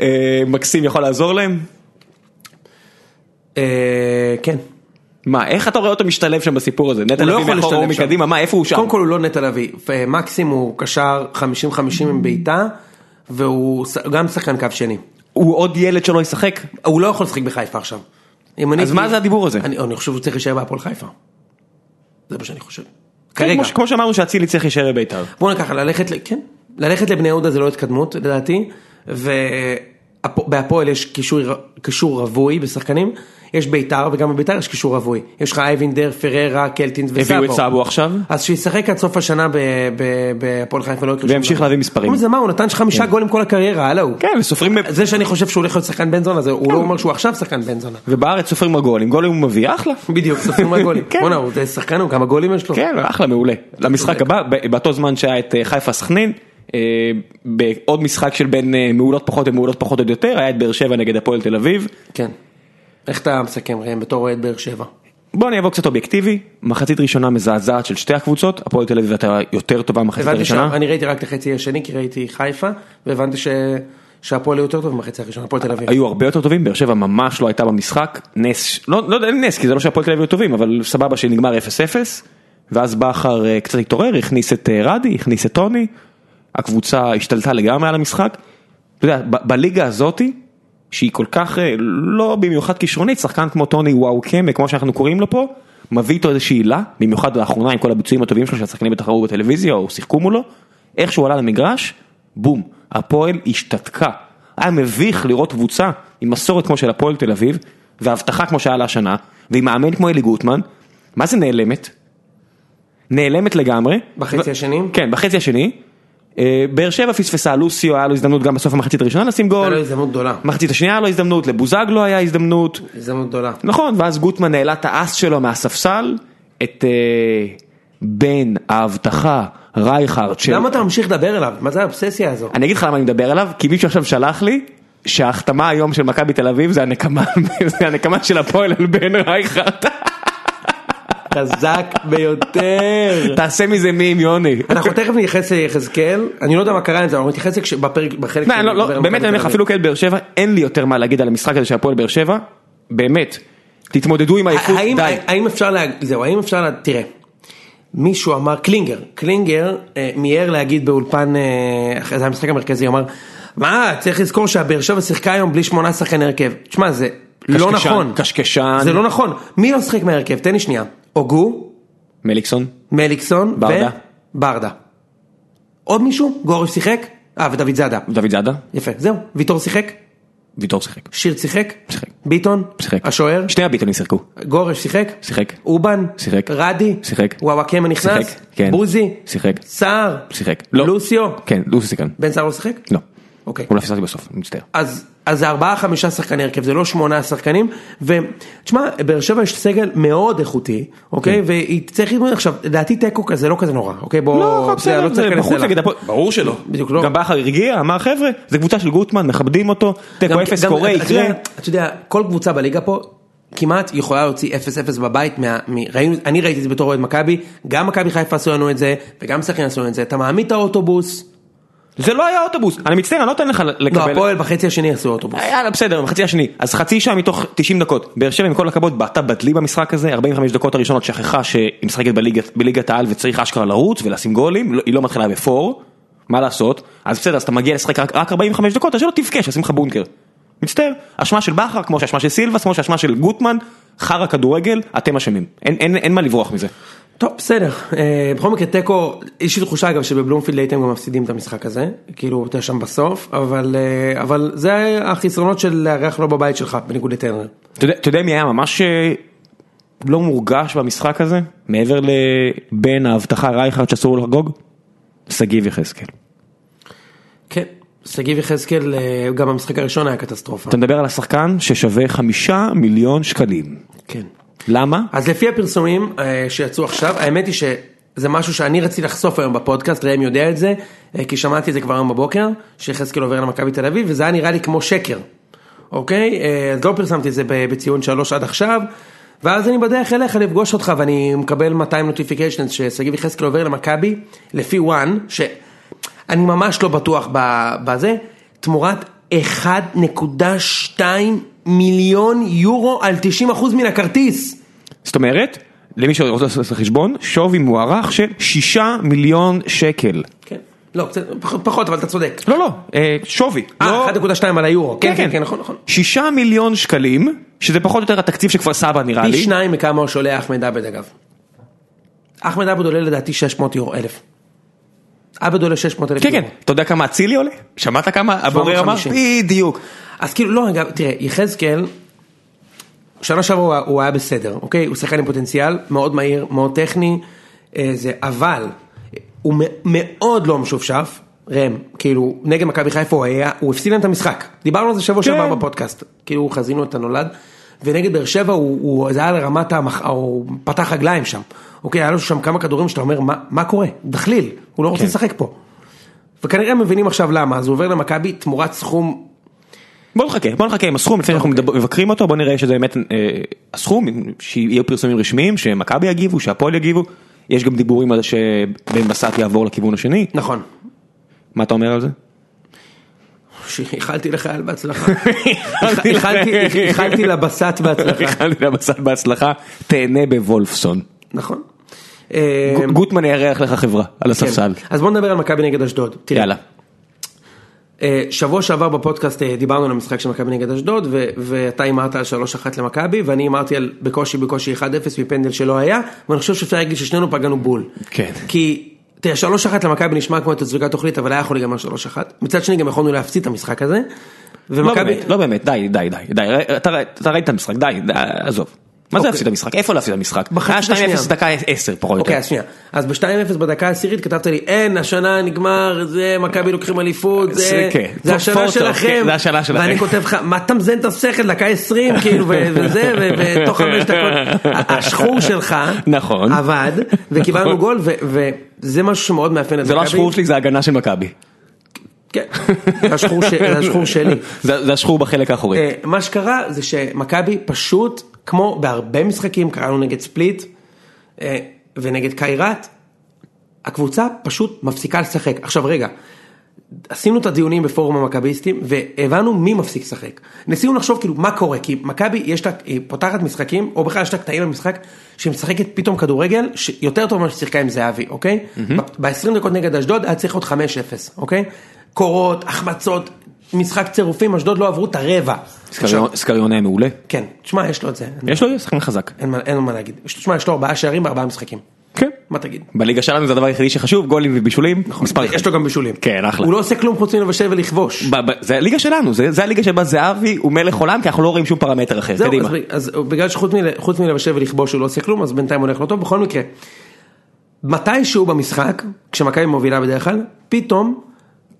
אה, מקסים יכול לעזור להם? אה, כן. מה, איך אתה רואה אותו משתלב שם בסיפור הזה? נטע הוא לא לביא יכול מאחורה או להשתלב שם. מקדימה, מה, איפה הוא שם? קודם כל הוא לא נטע לביא, ו- מקסים הוא קשר 50-50 עם בעיטה, והוא ש- גם שחקן קו שני. הוא עוד ילד שלא ישחק? הוא לא יכול לשחק בחיפה עכשיו. אם אני- אז מה זה הדיבור הזה? אני אני חושב שהוא צריך להישאר בהפועל חיפה. זה מה שאני חושב. כן, כרגע. כמו ש- כמו שאמרנו שאצילי צריך להישאר בביתר. בוא נקח, ללכת, ל- כן, ללכת לבני יהודה זה לא התקדמות לדעתי, ובהפועל יש קישור, קישור רווי בשחקנים, יש ביתר וגם בביתר יש קישור רווי, יש לך אייבינדר, פררה, קלטינס וסאבו. הביאו את סאבו עכשיו. אז שישחק עד סוף השנה ב- ב- בהפועל חיפה לא יקרה שום וימשיך דבר. להביא מספרים. הוא זה מה, הוא נתן חמישה גולים כל הקריירה, הלו. כן, וסופרים, ב- זה שאני חושב שהוא הולך להיות שחקן בן זונה, זה- הוא לא אומר שהוא עכשיו שחקן בן זונה. ובארץ סופרים הגולים, גולים הוא מביא, אחלה. בדיוק, סופרים הגולים. כן. בואנה, הוא זה שחקן, הוא כמה גולים יש לו. כן, אחלה, מעולה. למשחק הבא, ב- באותו זמן שהיה את אה, חיפה סכנין, אה, בעוד משחק של בין אה, מעולות פחות למעולות פחות עוד יותר, היה את באר שבע נגד הפועל תל אביב. כן. איך אתה מסכם ראם בתור אוהד באר שבע? בוא אני אבוא קצת אובייקטיבי, מחצית ראשונה מזעזעת של שתי הקבוצות, הפועל תל אביב הייתה יותר טובה במחצית הבנתי הראשונה. שאני ראיתי רק את החצי השני כי ראיתי חיפה והבנתי ש... שהפועל היו יותר טוב במחצי הראשון, הפועל תל אביב. היו הרבה יותר טובים, באר שבע ממש לא הייתה במשחק, נס, לא, לא יודע, אין נס, כי זה לא שהפועל תל אביב היו טובים, אבל סבבה שנגמר 0-0, ואז בכר אה, קצת התעורר, הכניס את אה, רדי, הכניס את טוני, הקבוצה השתלטה לגמרי על המשחק. אתה יודע, ב- בליגה הזאתי, שהיא כל כך אה, לא במיוחד כישרונית, שחקן כמו טוני וואו קמה, כמו שאנחנו קוראים לו פה, מביא איתו איזושהי הילה, במיוחד לאחרונה עם כל הביצועים הטובים שלו שהשחקנים בטח ראו בטלוויזיה או שיחקו מולו, איך שהוא עלה למגרש, בום, הפועל השתתקה. היה מביך לראות קבוצה עם מסורת כמו של הפועל תל אביב, והבטחה כמו שהיה לה השנה, ועם מאמן כמו אלי גוטמן, מה זה נעלמת? נעלמת לגמרי. בחצי ו- השני? כן, בחצי השני. אה, באר שבע פספסה, לוסיו היה לו הזדמנות גם בסוף המחצית הראשונה לשים הייתה גול. לו לא הזדמנות גדולה, מחצית השנייה היה לו הזדמנות, לבוזגלו היה הזדמנות, הזדמנות גדולה. נכון, ואז גוטמן העלה את האס שלו מהספסל, את אה, בן ההבטחה רייכרד של... למה אתה ממשיך לדבר אליו? מה זה האובססיה הזו? אני אגיד לך למה אני מדבר עליו, כי מישהו עכשיו שלח לי שההחתמה היום של מכבי תל אביב זה הנקמה, זה הנקמה של הפועל על בן רייכרד. חזק ביותר. תעשה מזה מים יוני. אנחנו תכף נתייחס ליחזקאל, אני לא יודע מה קרה עם זה, אבל נתייחס לזה כש- בפרק, בחלק לא, לא, נדבר לא, על באמת מכבי אני אומר תל לך, אביב. אפילו כאל באר שבע, אין לי יותר מה להגיד על המשחק הזה של הפועל באר שבע, באמת, תתמודדו עם עייפות, האם- אה, די. האם אפשר להגיד, זהו, האם אפשר, לה- תראה, מישהו אמר, קלינגר, קלינגר אה, מיהר להגיד באולפן, אה, אחרי זה המשחק המרכזי, הוא אמר, מה, צריך לזכור שהבאר שבע שיחקה היום בלי שמונה שחקני הרכב. תשמע, זה לא קשקשן, נכון. קשקשן. זה לא נכון. מי לא שיחק מההרכב? תן לי שנייה. הוגו, מליקסון? מליקסון, ו- ברדה. ברדה. עוד מישהו? גורף שיחק? אה, ודוד זאדה. דוד זאדה? יפה, זהו. ויטור שיחק? ויטור שיחק. שיר שיחק? שיחק. ביטון? שיחק. השוער? שני הביטונים שיחקו. גורש שיחק? שיחק. אובן? שיחק. רדי? שיחק. וואקמה נכנס? שיחק, כן. בוזי? שיחק. סער? שיחק. לא. לוסיו? כן, לוסיו שיחק. בן סער לא שיחק? לא. אוקיי. אולי פספסתי בסוף, אני מצטער. אז, אז זה ארבעה חמישה שחקני הרכב, זה לא שמונה שחקנים, ותשמע, באר שבע יש סגל מאוד איכותי, כן. אוקיי? והיא צריך להתמודד עכשיו, לדעתי תיקו כזה לא כזה נורא, אוקיי? בוא, לא, הכל אתה יודע, בסדר, לא צריך זה להיכנס בחוץ אליו. נגד הפועל, ברור שלא. בדיוק, לא. גם בכר הרגיע, אמר חבר'ה, זה קבוצה של גוטמן, מכבדים אותו, תיקו גם- אפס גם- קורה, אתה יקרה. יודע- אתה יודע, כל קבוצה בליגה פה כמעט יכולה להוציא 0-0 בבית, מה- מ- ראינו- אני ראיתי את זה בתור אוהד מכבי, גם מכבי חיפה עשו לנו את זה, וגם סכנין עשו לנו את זה, אתה מעמיד את האוטובוס, זה לא היה אוטובוס, אני מצטער, אני לא נותן לך לא, לקבל. הפועל בחצי השני עשו אוטובוס. יאללה בסדר, בחצי השני, אז חצי שעה מתוך 90 דקות, באר שבע עם כל הכבוד בעטה בדלי במשחק הזה, 45 דקות הראשונות שכחה שהיא משחקת בליגת- בליגת העל וצריך אשכרה לרוץ ולשים גולים, לא- היא לא מתחילה בפור, מה לעשות, אז בסדר, אז אתה מגיע לשחק רק רק 45 דקות, אז שלא תבכה, שישים לך בונקר. מצטער, אשמה של בכר, כמו שאשמה של סילבס, כמו שאשמה של גוטמן, חרא כדורגל, אתם אשמים, אין- אין אין מה לברוח מזה. טוב, בסדר. אה, בכל מקרה, תיקו, יש לי תחושה אגב שבבלומפילד הייתם גם מפסידים את המשחק הזה, כאילו, אתה שם בסוף, אבל, אה, אבל זה החסרונות של לארח לא בבית שלך, בניגוד לטרנר. אתה יודע- אתה יודע מי היה ממש אה, לא מורגש במשחק הזה? מעבר לבין ההבטחה רייכרד שאסור לו לחגוג? שגיב יחזקאל. כן, שגיב יחזקאל, אה, גם המשחק הראשון היה קטסטרופה. אתה מדבר על השחקן ששווה חמישה מיליון שקלים. כן. למה? אז לפי הפרסומים אה, שיצאו עכשיו, האמת היא שזה משהו שאני רציתי לחשוף היום בפודקאסט, ראם יודע את זה, אה, כי שמעתי את זה כבר היום בבוקר, שיחזקאל עובר למכבי תל אביב, וזה היה נראה לי כמו שקר, אוקיי? אה, אז לא פרסמתי את זה ב- בציון שלוש עד עכשיו, ואז אני בדרך אליך לפגוש אותך ואני מקבל 200 נוטיפיקיישנס ששגיב יחזקאל עובר למכבי, לפי וואן, שאני ממש לא בטוח ב- בזה, תמורת 1.2 מיליון יורו על 90% מן הכרטיס. זאת אומרת, למי שרוצה לעשות את החשבון, שווי מוערך של שישה מיליון שקל. כן. לא, בסדר, פח- פחות, אבל אתה צודק. לא, לא, אה, שווי. לא- אה, 1.2 על היורו. כן, כן, כן, נכון, נכון. שישה מיליון שקלים, שזה פחות או יותר התקציב של כפר סבא נראה לי. פי שניים מכמה הוא שולח אחמד עבד אגב. אחמד עבד עולה לדעתי 600 יורו, אלף. עבד עולה 600 אלף כן, יורו. כן. אתה יודע כמה אצילי עולה? שמעת כמה הבורר אמר? 750. בדיוק. אז כאילו, לא, אגב, תראה, יחזקאל, שנה שעברה הוא היה- הוא היה בסדר, אוקיי? הוא שחקן עם פוטנציאל, מאוד מהיר, מאוד טכני, אה, זה, אבל הוא מ- מאוד לא משופשף, ראם, כאילו, נגד מכבי חיפה הוא היה, הוא הפסיד להם את המשחק. דיברנו על זה שבוע כן. שעבר בפודקאסט, כאילו חזינו את הנולד, ונגד באר שבע הוא, הוא, זה היה לרמת המח... הוא פתח רגליים שם, אוקיי? היה לו שם כמה כדורים שאתה אומר, מה, מה קורה? דחליל, הוא לא רוצה כן. לשחק פה. וכנראה מבינים עכשיו למה, אז הוא עובר למכבי תמורת סכום בוא נחכה, בוא נחכה עם הסכום, אוקיי. לפני שאנחנו מדבר- מבקרים אותו, בוא נראה שזה באמת אה, הסכום, שיהיו פרסומים רשמיים, שמכבי יגיבו, שהפועל יגיבו, יש גם דיבורים על שבן בסט יעבור לכיוון השני, נכון. מה אתה אומר על זה? איחלתי לחייל בהצלחה. איחלתי- איחלתי לבסט בהצלחה. איחלתי לבסט בהצלחה, תהנה בוולפסון. נכון. אה, גו- גוטמן יארח לך חברה, על כן. הספסל. אז בוא נדבר על מכבי נגד אשדוד. תראה, יאללה. אה, שבוע שעבר בפודקאסט אה, דיברנו על המשחק של מכבי נגד אשדוד, ו- ואתה הימרת על 3-1 למכבי, ואני הימרתי על בקושי בקושי 1-0 מפנדל שלא היה, ואני חושב שאפשר להגיד ששנינו פגענו בול. כן. כי, תראה, 3-1 למכבי נשמע כמו תצוגת תוכנית, אבל היה יכול להיגמר 3-1. מצד שני גם יכולנו להפסיד את המשחק הזה. לא ומכבי- באמת, לא באמת, די, די, די, די, ר- אתה ר- אתה ראית את המשחק, די, די, עזוב. מה זה אוקיי. להפסיד את המשחק? איפה להפסיד את המשחק? בחצי היה 2-0 השנייה. דקה 10 פחות או אוקיי, יותר. אז שנייה. אז ב-2-0 בדקה העשירית כתבת לי, אין, השנה נגמר, זה מכבי לוקחים אליפות, זה- זה כן. זה פורטו, השנה כן, שלכם. זה השנה שלכם. ואני כותב לך, מה אתה מזיין את השכל, דקה 20, כאילו, ו- וזה, ו- ותוך חמש דקות, ה- השחור שלך, נכון. עבד, וקיבלנו נכון. גול, ו- וזה משהו שמאוד מאפיין את זה לא מכבי. השחור שלי, זה ההגנה של מכבי. כן, זה השחור ש- זה השחור שלי. זה זה השחור בחלק האחורי. אה, מה שקרה זה שמכבי פשוט, כמו בהרבה משחקים, קראנו נגד ספליט אה, ונגד קיירת, הקבוצה פשוט מפסיקה לשחק. עכשיו רגע, עשינו את הדיונים בפורום המכביסטים והבנו מי מפסיק לשחק. ניסינו לחשוב כאילו מה קורה, כי מכבי יש לה, היא פותחת משחקים, או בכלל יש לה קטעים במשחק, שהיא משחקת פתאום כדורגל שיותר טוב ממה ששיחקה עם זהבי, אוקיי? ב-20 דקות נגד אשדוד היה צריך עוד 5-0, אוקיי? קורות, החמצות, משחק צירופים, אשדוד לא עברו את הרבע. עכשיו- סקריון- סקריון היה מעולה. כן, תשמע, יש לו את זה, יש לו שחקן חזק. אין מה- אין לו מה להגיד. תשמע, יש לו ארבעה שערים בארבעה משחקים, כן. מה תגיד? בליגה שלנו זה הדבר היחידי שחשוב, גולים ובישולים, מספר אחד. נכון. יש לו גם בישולים. כן, אחלה. הוא לא עושה כלום חוץ מלבשל ולכבוש. ב- ב- זה הליגה שלנו, זה זה הליגה שבה זהבי הוא מלך עולם, כי אנחנו לא רואים שום פרמטר אחר. זהו, קדימה. אז, ב- אז בגלל שחוץ מל, חוץ מלבשל ולכבוש הוא לא עושה כלום, אז בינתיים הולך לא טוב, בכל מקרה. מתישהו במשחק, כשמכבי מובילה בדרך כלל, פתאום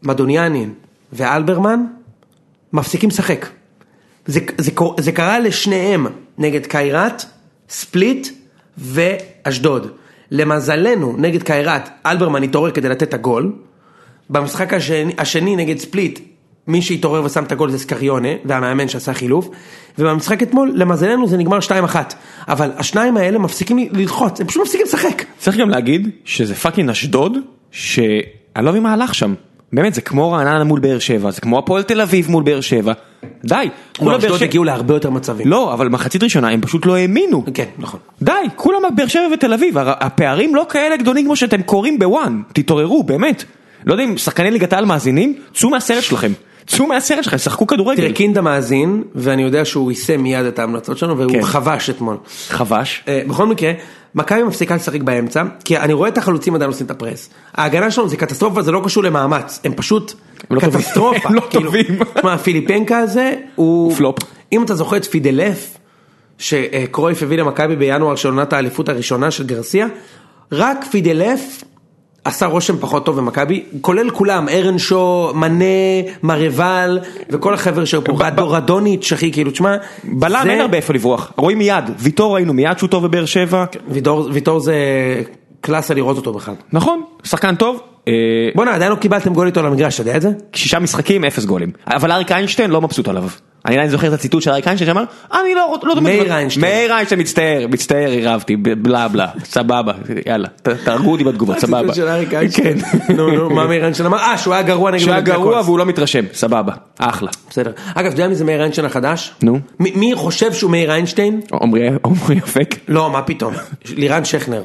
מדוניאנין, ואלברמן מפסיקים לשחק. זה, זה, קור- זה קרה לשניהם נגד קיירת, ספליט ואשדוד. למזלנו נגד קיירת, אלברמן התעורר כדי לתת את הגול. במשחק השני, השני נגד ספליט, מי שהתעורר ושם את הגול זה סקריונה, והמאמן שעשה חילוף. ובמשחק אתמול, למזלנו זה נגמר 2-1. אבל השניים האלה מפסיקים ל- ללחוץ, הם פשוט מפסיקים לשחק. צריך גם להגיד שזה פאקינג אשדוד, שאני לא מבין מה הלך שם. באמת, זה כמו רעננה מול באר שבע, זה כמו הפועל תל אביב מול באר שבע. די, לא, באר אשדוד שבע- הגיעו להרבה יותר מצבים. לא, אבל מחצית ראשונה הם פשוט לא האמינו. כן, נכון. די, כולם רק באר שבע ותל אביב, הר- הפערים לא כאלה גדולים כמו שאתם קוראים בוואן, תתעוררו, באמת. לא יודע אם שחקני ליגת העל מאזינים, צאו מהסרט שלכם. צאו מהסרט שלכם, שחקו כדורגל. תראה, קינדה מאזין, ואני יודע שהוא יישם מיד את ההמלצות שלנו, והוא כן. חבש אתמול. חבש. אה, בכל מקרה, מכבי מפסיקה לשחק באמצע, כי אני רואה את החלוצים עדיין עושים את הפרס. ההגנה שלנו זה קטסטרופה, זה לא קשור למאמץ, הם פשוט הם לא טובים. קטסטרופה. הם לא כאילו, טובים. תשמע, הפיליפנקה הזה הוא... פלופ. אם אתה זוכר את פידלף, שקרויף הביא למכבי בינואר של עונת האליפות הראשונה של גרסיה, רק פידלף עשה רושם פחות טוב במכבי, כולל כולם, ארן שו, מנה, מרבל, וכל החבר'ה שהיו פה, רדו- רדוניץ', אחי, כאילו, תשמע, בלם זה- אין הרבה איפה לברוח, רואים מיד, ויטור ראינו מיד שהוא טוב בבאר שבע. כן. ויטור, ויטור זה קלאסה לראות אותו בכלל. נכון, שחקן טוב. אה, בואנה, עדיין לא קיבלתם גול איתו למגרש, אתה יודע את זה? שישה משחקים, אפס גולים. אבל אריק איינשטיין לא מבסוט עליו. אני עדיין זוכר את הציטוט של אריק איינשטיין שאמר, אני לא רוצה... לא דומה- מאיר איינשטיין." מאיר איינשטיין מצטער, מצטער, עירבתי, ב- בלה בלה, סבבה, יאללה, ת- תהרגו אותי בתגובות, סבבה. כן. נו, נו, מה מאיר איינשטיין אמר? אה, שהוא היה גרוע נגד... שהוא היה אולימפיאקוס. גרוע והוא לא מתרשם, סבבה, אחלה. בסדר. אגב, אתה יודע מי זה מאיר איינשטיין החדש? נו. מ- מי חושב שהוא מאיר איינשטיין? עומרי עומרי אפק, לא, מה פתאום. לירן שכנר.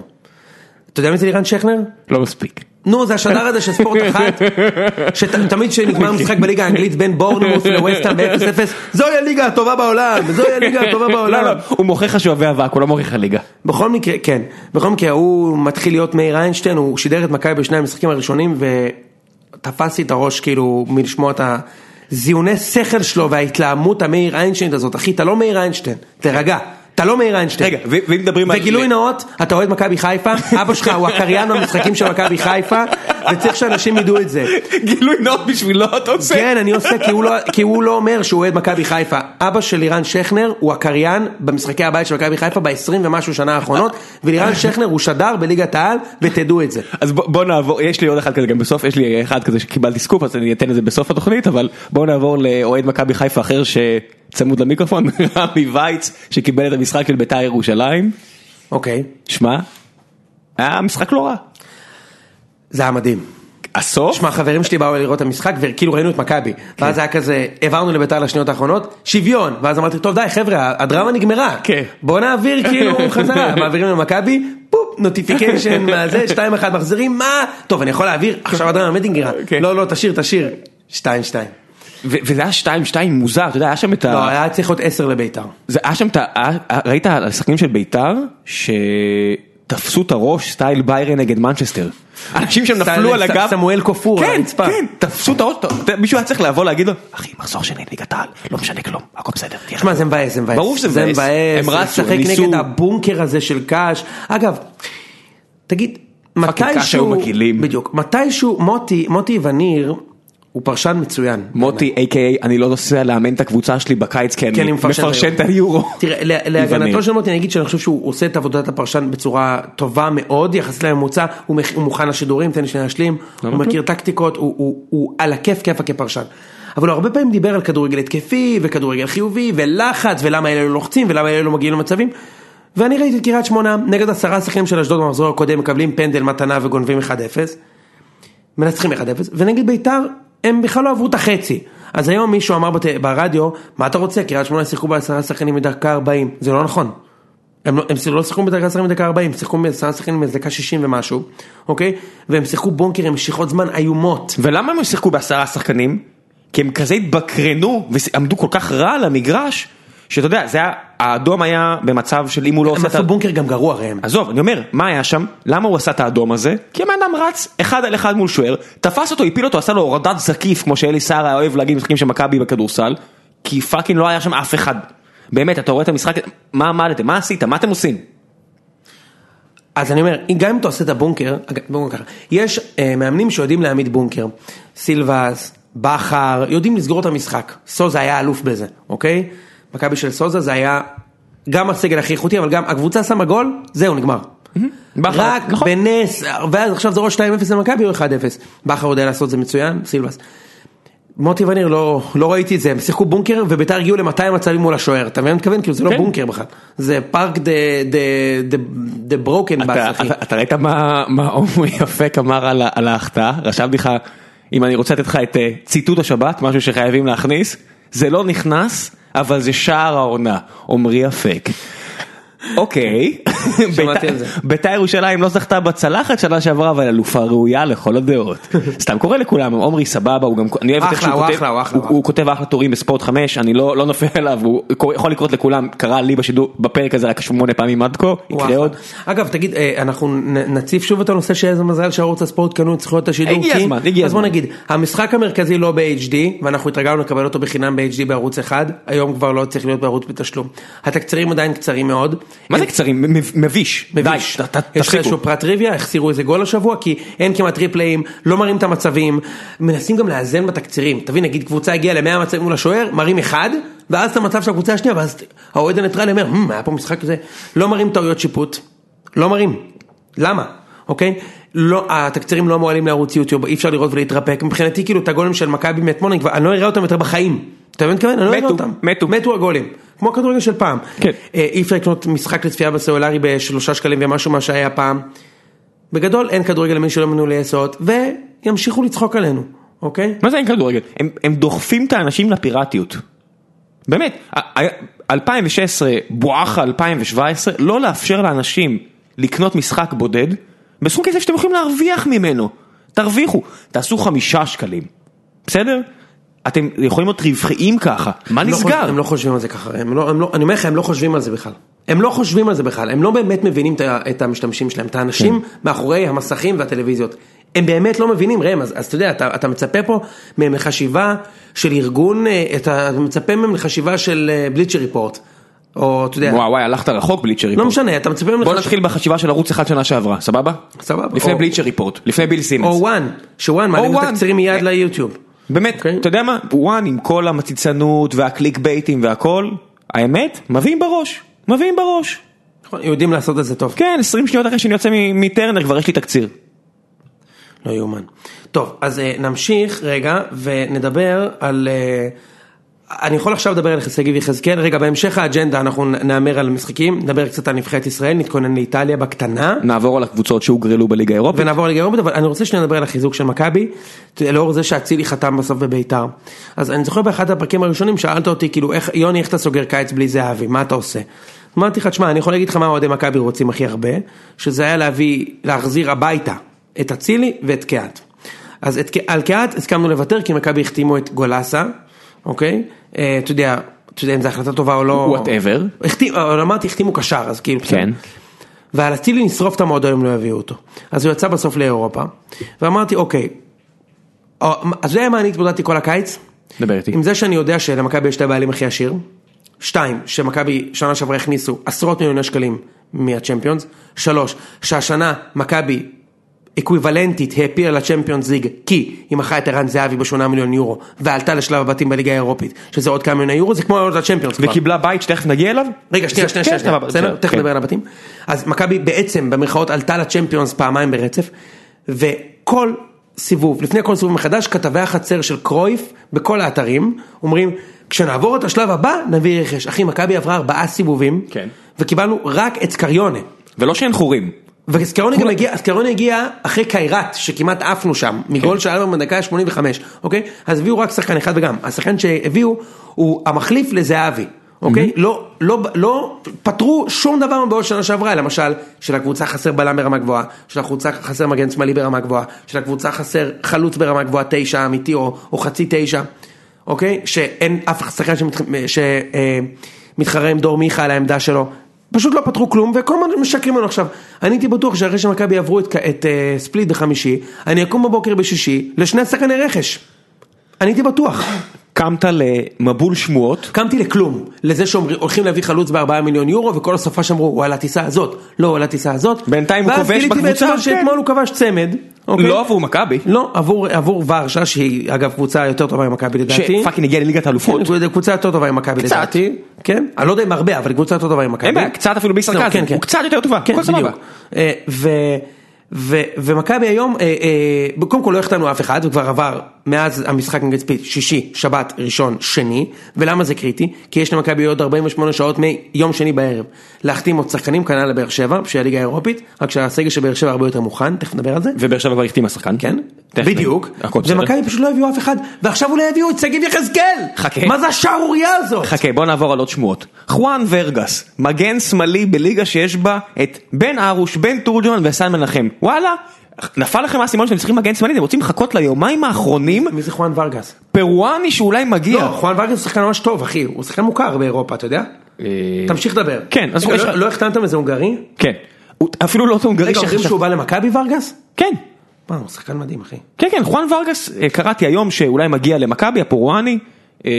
אתה יודע מי זה לירן שכנר? לא מספיק. נו, זה השדר הזה של ספורט אחת, שתמיד כשנגמר משחק בליגה האנגלית בין בורנמוס לווסטהאם ב-0-0, זוהי הליגה הטובה בעולם, זוהי הליגה הטובה לא, בעולם. לא, הוא מוכר לך שהוא אוהב אבק, הוא לא מוכר לך ליגה. בכל מקרה, כן, בכל מקרה הוא מתחיל להיות מאיר איינשטיין, הוא שידר את מכבי בשני המשחקים הראשונים ותפס לי את הראש כאילו מלשמוע את הזיוני שכל שלו וההתלהמות המאיר איינשטיינית הזאת, אחי אתה לא מאיר איינשטיין, תירגע, אתה לא מאיר איינשטיין. רגע, ו- ואם מדברים על... וגילוי נאות, אתה אוהד מכבי חיפה, אבא שלך הוא הקריין במשחקים של מכבי חיפה וצריך שאנשים ידעו את זה. גילוי נאות בשבילו אתה עושה? כן, אני עושה כי הוא לא- כי הוא לא אומר שהוא אוהד מכבי חיפה. אבא של לירן שכנר הוא הקריין במשחקי הבית של מכבי חיפה ב-20 ומשהו שנה האחרונות, ולירן שכנר הוא שדר בליגת העל, ותדעו את זה. אז בוא, בוא נעבור, יש לי עוד אחד כזה גם בסוף, יש לי אחד כזה שקיבלתי סקופ אז אני אתן את זה בסוף התוכנית, אבל בואו נעבור לאוהד מכבי חיפה אחר שצמוד למיקרופון, רמי וייץ, שקיבל את המשחק של בית"ר ירושלים, אוקיי, שמע, היה משחק לא רע, זה היה מדהים. הסוף, שמע, חברים שלי באו לראות את המשחק, וכאילו ראינו את כן. מכבי. ואז היה כזה, העברנו לביתר לשניות האחרונות, שוויון. ואז אמרתי, טוב די חבר'ה, הדרמה נגמרה. כן. בוא נעביר כאילו חזרה, מעבירים למכבי, פופ, נוטיפיקיישן, מה זה, 2-1 מחזירים, מה? טוב, אני יכול להעביר, עכשיו הדרמה מטינגרה. כן. לא, לא, תשאיר, תשאיר. 2-2. ו- וזה היה 2-2 מוזר, אתה יודע, היה שם את לא, ה... היה צריך להיות עשר לביתר. זה היה שם את ה... היה- ראית על השחקנים של בית"ר, שתפסו את הראש סטייל ביירן נגד מנצ'סטר. אנשים שם סטייל נפלו על ס- הגב. סמואל קופור על כן, הרצפה. כן, תפסו את הראש, אתה- אתה- מישהו היה צריך לבוא להגיד לו, אחי, מחזור שני ליגת העל, לא משנה כלום, הכל בסדר, תהיה שמע, זה מבאס, זה מבאס. ברור שזה מבאס. הם זה מבאס, רצו, הם לשחק ניסו. נגד הבונקר הזה של קאש. אגב, תגיד, מתישהו... קאש היו מגעילים. בדיוק. מתישהו, מוטי, מוטי וניר, הוא פרשן מצוין. מוטי, איי-קיי, אני לא נוסע לאמן את הקבוצה שלי בקיץ, כי כי אני מפרשן את היורו. תראה, לה- יווניר. להגנתו של מוטי, אני אגיד שאני חושב שהוא עושה את עבודת הפרשן בצורה טובה מאוד, יחסית לממוצע, הוא מכ- הוא מוכן לשידורים, תן לי שנייה להשלים, הוא מכיר טקטיקות, הוא- הוא הוא על הכיף כיפה כפרשן. אבל הוא הרבה פעמים דיבר על כדורגל התקפי, וכדורגל חיובי, ולחץ, ולמה אלה לא לוחצים, ולמה אלה לא מגיעים למצבים. ואני ראיתי את קריית שמונה, נגד עשרה שחקנים של אשדוד במחזור הקודם, מקבלים פנדל מתנה וגונבים 1-0. מנצחים 1-0, ונגד ביתר הם בכלל לא עברו את החצי. אז היום מישהו אמר בת... ברדיו, מה אתה רוצה, קריית שמונה שיחקו בעשרה שחקנים מדקה 40, זה לא נכון. הם לא, הם לא שיחקו בדקה 10 מדקה 40, הם שיחקו בעשרה שחקנים בדקה 60 ומשהו, אוקיי? והם שיחקו בונקר עם משיכות זמן איומות. ולמה הם לא שיחקו בעשרה שחקנים? כי הם כזה התבקרנו ועמדו כל כך רע על המגרש, שאתה יודע, זה היה, האדום היה במצב של אם הוא לא הם עושה את ה... עשו בונקר גם גרוע ראם. עזוב, אני אומר, מה היה שם? למה הוא עשה את האדום הזה? כי הבן אדם רץ אחד על אחד מול שוער, תפס אותו, הפיל אותו, עשה לו הורדת זקיף, כמו שאלי סער היה אוהב להגיד משחקים של מכבי בכדורסל, כי פאקינג לא היה שם אף אחד. באמת, אתה רואה את המשחק, מה עמדתם? מה עשית? מה אתם עושים? אז אני אומר, גם אם אתה עושה את הבונקר, אגב, בואו נגיד ככה, יש אה, מאמנים שיודעים להעמיד בונקר, סילבאס, בכר, יודעים לסגור את המשחק. סוזה היה אלוף בזה, אוקיי? מכבי של סוזה זה היה גם הסגל הכי איכותי, אבל גם הקבוצה שמה גול, זהו, נגמר. בכר, רק נכון. בנס, ואז עכשיו זה או 2-0 למכבי או 1-0. בכר יודע לעשות זה מצוין, סילבס. מוטי וניר, לא, לא ראיתי את זה, הם שיחקו בונקר וביתר הגיעו ל-200 מצבים מול השוער, אתה מבין מה אני מתכוון? כאילו זה לא כן. בונקר בכלל, זה פארק דה ברוקן אתה- באסחי. אתה- אתה ראית מה מה עומרי יפק אמר על ה- על ההחטאה? רשמתי לך, אם אני רוצה לתת לך את אה, ציטוט השבת, משהו שחייבים להכניס, זה לא נכנס, אבל זה שער העונה, עומרי יפק. אוקיי, שמעתי בית"ר- על זה. בית"ר ירושלים לא זכתה בצלחת שנה שעברה, אבל אלופה ראויה לכל הדעות. סתם קורא לכולם, עומרי סבבה, הוא גם, אני אוהב את איך אחלה, שהוא הוא כותב, אחלה, הוא אחלה, הוא הוא כותב אחלה טורים בספורט 5, אני לא לא נופל עליו, הוא קורא- יכול לקרות לכולם, קרא לי בשידור, בפרק הזה רק שמונה פעמים עד כה, יקרה וואו. עוד. אגב תגיד אה, אנחנו נ- נציף שוב את הנושא שאיזה מזל שערוץ הספורט קנו את זכויות השידור. הגיע כי- הזמן, הגיע אז בוא הזמן. נגיד המשחק המרכזי לא ב-HD ואנחנו התרגלנו לקבל אותו בחינם ב-HD בערוץ אחד היום כבר לא צריך להיות בערוץ בתשלום. התקצירים עדיין קצרים מאוד. מה זה קצרים? מ- מ- מביש. מביש. די, ת- ת- יש לך איזשהו תפסיקו. פרט טריוויה, החסירו איזה גול השבוע, כי אין כמעט ריפליים, לא מראים את המצבים, מנסים גם לאזן בתקצירים. תבין, נגיד קבוצה הגיעה ל-100 מצבים מול השוער, מראים אחד, ואז את המצב של הקבוצה השנייה, ואז האוהד הניטרלי אומר, "הם, היה פה משחק כזה, לא מראים טעויות שיפוט, לא מראים. למה? אוקיי? לא, התקצירים לא מועלים לערוץ יוטיוב, אי אפשר לראות ולהתרפק. מבחינתי, כאילו, את הגולים של מכבי מאתמול, אני כבר- אני לא אראה אותם יותר בחיים. אתה מבין מה אני מתכוון? אני לא אראה מתו, אותם. מתו. מתו הגולים. כמו הכדורגל של פעם. כן. אה, אי אפשר לקנות משחק לצפייה בסלולרי בשלושה שקלים ומשהו מה שהיה פעם. בגדול אין כדורגל למי שלא מנוי לעשות, וימשיכו לצחוק עלינו, אוקיי? מה זה אין כדורגל? הם- הם דוחפים את האנשים לפיראטיות. באמת, ה- ה- 2016 בואכה 2017, לא לאפשר לאנשים לקנות משחק בודד בסכום כסף שאתם יכולים להרוויח ממנו. תרוויחו, תעשו חמישה שקלים, בסדר? אתם יכולים להיות רווחיים ככה, מה הם לא חוש- נסגר? הם לא חושבים על זה ככה, הם לא, הם לא, אני אומר לך, הם לא חושבים על זה בכלל. הם לא חושבים על זה בכלל, הם לא באמת מבינים את ה- את המשתמשים שלהם, את האנשים מאחורי המסכים והטלוויזיות. הם באמת לא מבינים, ראם, אז, אז אתה יודע, אתה, אתה מצפה פה מהם לחשיבה של ארגון, אה, אתה מצפה מהם לחשיבה של בליצ'ר ריפורט, או אתה יודע, וואי וואי, הלכת רחוק בליצ'ר ריפורט. לא משנה, אתה מצפה מהם בוא לחש- נתחיל בחשיבה של ערוץ אחד שנה שעברה, סבבה? סבבה. לפני או- בליצ'ר ריפורט, לפני ביל סימנס. או וואן, שוואן מעלים את וואן. התקצירים מיד אה. ליוטיוב. באמת, אוקיי. אתה יודע מה, וואן עם כל המציצנות והקליק בייטים והכל, האמת, מביאים בראש, מביאים בראש. נכון, יודעים לעשות את זה טוב. כן, 20 שניות אחרי שאני יוצא מ- מטרנר כבר יש לי תקציר. לא יאומן. טוב, אז אה, נמשיך רגע ונדבר על... אה, אני יכול עכשיו לדבר על שגיב יחזקאל, רגע בהמשך האג'נדה אנחנו נ- נאמר על משחקים, נדבר קצת על נבחרת ישראל, נתכונן לאיטליה בקטנה, נעבור על הקבוצות שהוגרלו בליגה האירופית. ונעבור לליגה אירופית, אבל אני רוצה שנדבר על החיזוק של מכבי, ת- לאור זה שאצילי חתם בסוף בביתר. אז אני זוכר באחד הפרקים הראשונים שאלת אותי, כאילו, איך, יוני, איך אתה סוגר קיץ בלי זהבי, מה אתה עושה? אמרתי לך, תשמע, אני יכול להגיד לך מה אוהדי מכבי רוצים הכי הרבה, שזה היה להביא, להחזיר הביתה את אצילי ואת קהת. אז את, ק- על קהת הסכמנו לוותר, כי מכבי החתימו את גולסה, אוקיי? אה, אתה יודע, אתה יודע אם זו החלטה טובה או לא... Whatever. החתים, אבל אה, אמרתי, החתימו קשר, אז כאילו... כן. ועל אצילי נשרוף את המועדון אם לא יביאו אותו. אז הוא יצא בסוף לאירופה, ואמרתי אוקיי, או, אז אתה יודע מה אני התמודדתי כל הקיץ? דבר איתי. עם זה שאני יודע שלמכבי יש את הבעלים הכי עשיר, שתיים, שמכבי שנה שעברה הכניסו עשרות מיליוני שקלים מהצ'מפיונס, שלוש, שהשנה מכבי אקוויוולנטית העפילה לצ'מפיונס ליג, כי היא מכרה את ערן זהבי בשמונה מיליון יורו, ועלתה לשלב הבתים בליגה האירופית, שזה עוד כמה מיליוני יורו, זה כמו לעלות לצ'מפיונס כבר. וקיבלה בית שתכף נגיע אליו? רגע, שנייה, שנייה, זה- כן, שנייה, שנייה, סבבה, בסדר? בסדר, תכף כן. נדבר על הבתים. אז מכבי בעצם, במרכאות, עלתה לצ'מפיונס פעמיים ברצף, וכל סיבוב, לפני כל סיבוב מחדש, כתבי החצר של קרויף, בכל האתרים, אומרים, כשנעבור את השלב הבא, נביא רכש. אחי, מכבי עברה ארבעה סיבובים, כן. וקיבלנו רק את סקריונה. ולא שאין חורים. וסקריונה גם הגיע, סקריונה הגיע אחרי קיירת, שכמעט עפנו שם, מגול של אלברמן בדקה ה-85, אוקיי? אז הביאו רק שחקן אחד וגם, השחקן שהביאו הוא המחליף לזהבי, אוקיי? לא, לא, לא פתרו שום דבר מבעוד שנה שעברה, למשל, שלקבוצה חסר בלם ברמה גבוהה, שלקבוצה חסר מגן שמאלי ברמה גבוהה, שלקבוצה חסר חלוץ ברמה גבוהה תשע אמיתי או, או חצי תשע, אוקיי? שאין אף שחקן שמתח- אה, שמתחרה עם דור מיכה על העמדה שלו. פשוט לא פתרו כלום, וכל הזמן משקרים לנו עכשיו. אני הייתי בטוח שאחרי שמכבי יעברו את, את uh, ספליט בחמישי, אני אקום בבוקר בשישי לשני שחקני רכש. אני הייתי בטוח. קמת למבול שמועות. קמתי לכלום, לזה שהולכים להביא חלוץ בארבעה מיליון יורו, וכל הסופה שאמרו, הוא על הטיסה הזאת, לא הוא על הטיסה הזאת. בינתיים הוא ואז כובש גיליתי בקבוצה, בעצם כן. שאתמול הוא כבש צמד, אוקיי? לא עבור מכבי, לא, עבור, עבור ורשה, שהיא אגב קבוצה יותר טובה ממכבי לדעתי. שפאקינג הגיע לליגת האלופות. כן, קבוצה יותר טובה ממכבי קצת. לדעתי. כן, אני לא יודע אם הרבה, אבל היא קבוצה יותר טובה ממכבי. אין בעיה, קצת אפילו בלי סרקזם, כן, כן. הוא קצת יותר טובה, כן, הכל סבבה. בדיוק. אה, ו- ו- ומכבי היום, אה, אה, קודם כל לא החתמנו אף אחד, וכבר עבר מאז המשחק נגד ספליט, שישי, שבת, ראשון, שני, ולמה זה קריטי? כי יש למכבי עוד 48 שעות מיום שני בערב. להחתים עוד שחקנים, כנ"ל לבאר שבע, שהיא הליגה האירופית, רק שהסגל של באר שבע הרבה יותר מוכן, תכף נדבר על זה. ובאר שבע כבר החתימה שחקן. כן, בדיוק, הכל בסדר. ומכבי פשוט לא הביאו אף אחד, ועכשיו אולי הביאו את שגיב יחזקאל! חכה. מה זה השערורייה הזאת? חכה, בוא נעבור על עוד שמועות. חואן ורגס, מגן שמאלי בליגה שיש בה את בן ארוש, בן תורג'מן וסן מנחם. וואלה, נפל לכם האסימון שאתם צריכים מגן שמאלי, אתם רוצים לחכות ליומיים האחרונים, מי זה חואן ורגס? פרואני שאולי מגיע. לא, חואן ורגס הוא שחקן ממש טוב, אחי, הוא שחקן מוכר באירופה, אתה יודע? אה, תמשיך לדבר. כן, אז רגע, יש לא- לך- לא החתמתם איזה הונגרי? כן. הוא אפילו לא אותו הונגרי רגע, אומרים שחשב- שהוא בא למכבי ורגס? כן. מה, הוא שחקן מדהים, אחי. כן, כן, חואן ורגס, אה, קראתי היום שאולי מגיע למכבי, הפרואני. אה,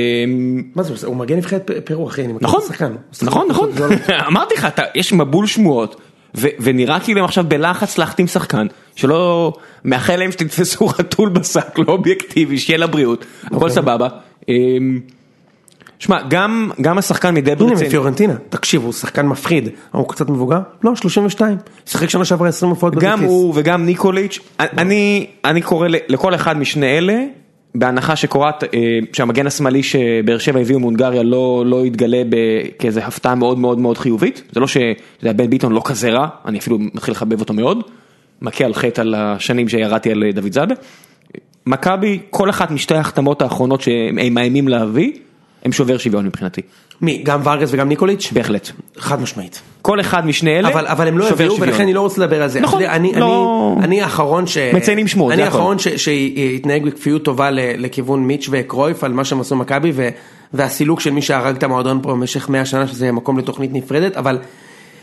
מה זה, הוא ש- הוא מגן נבחרת פ- פרו, אחי, אני מכיר נכון, את השחקן. הוא שחקן לא- נכון, נכון, גדול. אמרתי לך, אתה- יש מבול שמועות, ו- ונראה כאילו הם עכשיו בלחץ להחתים שחקן, שלא מאחל להם שתתפסו חתול בשק, לא אובייקטיבי, שיהיה לבריאות, אוקיי. הכל סבבה. אמ, שמע, גם גם השחקן הנה, מדברצן, מפיורנטינה. תקשיב, הוא שחקן מפחיד. אה, הוא קצת מבוגר? לא, 32. שיחק שנה שעברה 20 הופעות גם בבטיס. הוא וגם ניקוליץ', אני אני קורא ל- לכל אחד משני אלה, בהנחה שקורת, אה, שהמגן השמאלי שבאר שבע הביאו מהונגריה לא לא יתגלה ב- כאיזה הפתעה מאוד מאוד מאוד חיובית, זה לא שבן ביטון לא כזה רע, אני אפילו מתחיל לחבב אותו מאוד, מכה על חטא על השנים שירדתי על אה, דוד זאדה. מכבי, כל אחת משתי ההחתמות האחרונות שהם מאיימים להביא, הם שובר שוויון מבחינתי, מי, גם ורגס וגם ניקוליץ'? בהחלט. חד משמעית. כל אחד משני אלה אבל, אבל הם לא שובר הביאו, שוויון. ולכן אני לא רוצה לדבר על זה. נכון, אתה יודע, אני, לא- אני, אני האחרון ש... מציינים שמות, אני זה הכל. האחרון ש- שהתנהג בכפיות טובה ל- לכיוון מיץ' וקרויף על מה שהם עשו מכבי, ו- והסילוק של מי שהרג את המועדון פה במשך 100 שנה, שזה מקום לתוכנית נפרדת, אבל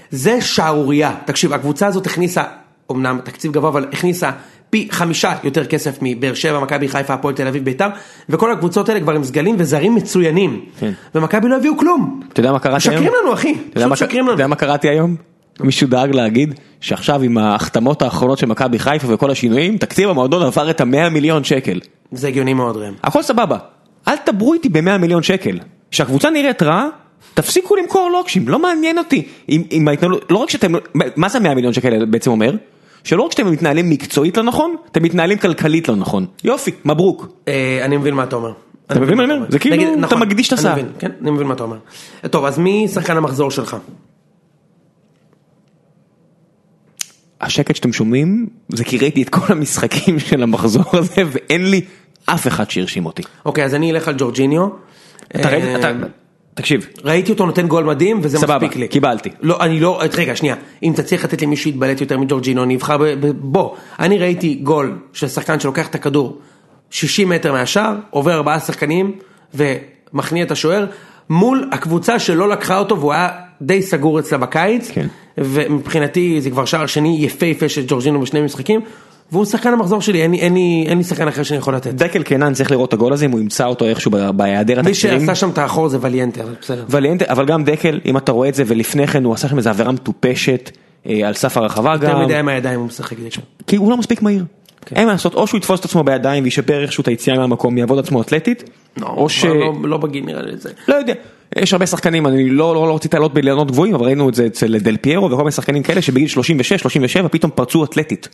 זה שערורייה. תקשיב, הקבוצה הזאת הכניסה, אמנם תקציב גבוה, אבל הכניסה פי חמישה יותר כסף מבאר שבע, מכבי חיפה, הפועל תל אביב, ביתר, וכל הקבוצות האלה כבר עם סגלים וזרים מצוינים. כן. ומכבי לא הביאו כלום. אתה יודע מה קראתי היום? משקרים לנו, אחי. אתה יודע מה- פשוט משקרים אתה לנו. יודע מה קראתי היום? מישהו דאג להגיד שעכשיו עם ההחתמות האחרונות של מכבי חיפה וכל השינויים, תקציב המועדון עבר את המאה מיליון שקל. זה הגיוני מאוד, ראם. הכל סבבה, אל תדברו איתי במאה מיליון שקל. כשהקבוצה נראית רע, תפסיקו למכור לוקשים, לא מעניין אותי. עם, עם ההתנהלות, לא רק שאתם, מה זה המאה מיליון שקל בעצם אומר? שלא רק שאתם מתנהלים מקצועית לא נכון, אתם מתנהלים כלכלית לא נכון. יופי, מברוק. אה, אני מבין מה אתה אומר. אתה מבין מה אני אומר? זה כאילו, נגיד, אתה נכון, מקדיש את אני הסעה. מבין, כן, אני מבין מה אתה אומר. טוב, אז מי שחקן המחזור שלך? השקט שאתם שומעים זה כי ראיתי את כל המשחקים של המחזור הזה ואין לי אף אחד שהרשים אותי. אוקיי, אז אני אלך על ג'ורג'יניו. אתה אה, ראית, אתה, תקשיב, ראיתי אותו נותן גול מדהים, וזה סבבה, מספיק לי. קיבלתי. לא, אני לא, רגע, שנייה. אם תצליח לתת לי מישהו שיתבלט יותר מג'ורג'ינו, אני אבחר ב... ב- בוא, אני ראיתי גול של שחקן שלוקח את הכדור 60 מטר מהשער, עובר ארבעה שחקנים ומכניע את השוער, מול הקבוצה שלא לקחה אותו והוא היה די סגור אצלה בקיץ. כן. ומבחינתי זה כבר שער שני יפהפה של ג'ורג'ינו בשני משחקים, והוא שחקן המחזור שלי, אין לי, אין לי, אין לי שחקן אחר שאני יכול לתת. דקל קנן צריך לראות את הגול הזה אם הוא ימצא אותו איכשהו ב- בהיעדר מי התקצירים. שעשה שם את האחור זה וליאנטר, בסדר. אבל אין- אבל גם דקל, אם אתה רואה את זה ולפני כן הוא עשה שם איזה עבירה מטופשת אה, על סף הרחבה יותר גם, מדי כן. עם הידיים הוא משחק. דקה. כי הוא לא מספיק מהיר. אין מה לעשות, או שהוא יתפוס את עצמו בידיים וישפר איכשהו את היציאה מהמקום, יעבוד עצמו אתלטית, או ש... לא, לא בגיל נראה לי את זה. לא יודע, יש הרבה שחקנים, אני לא, לא, לא רציתי לעלות בלענות גבוהים, אבל ראינו את זה אצל דל פיירו וכל מיני שחקנים כאלה שבגיל 36-37 פתאום פרצו אתלטית.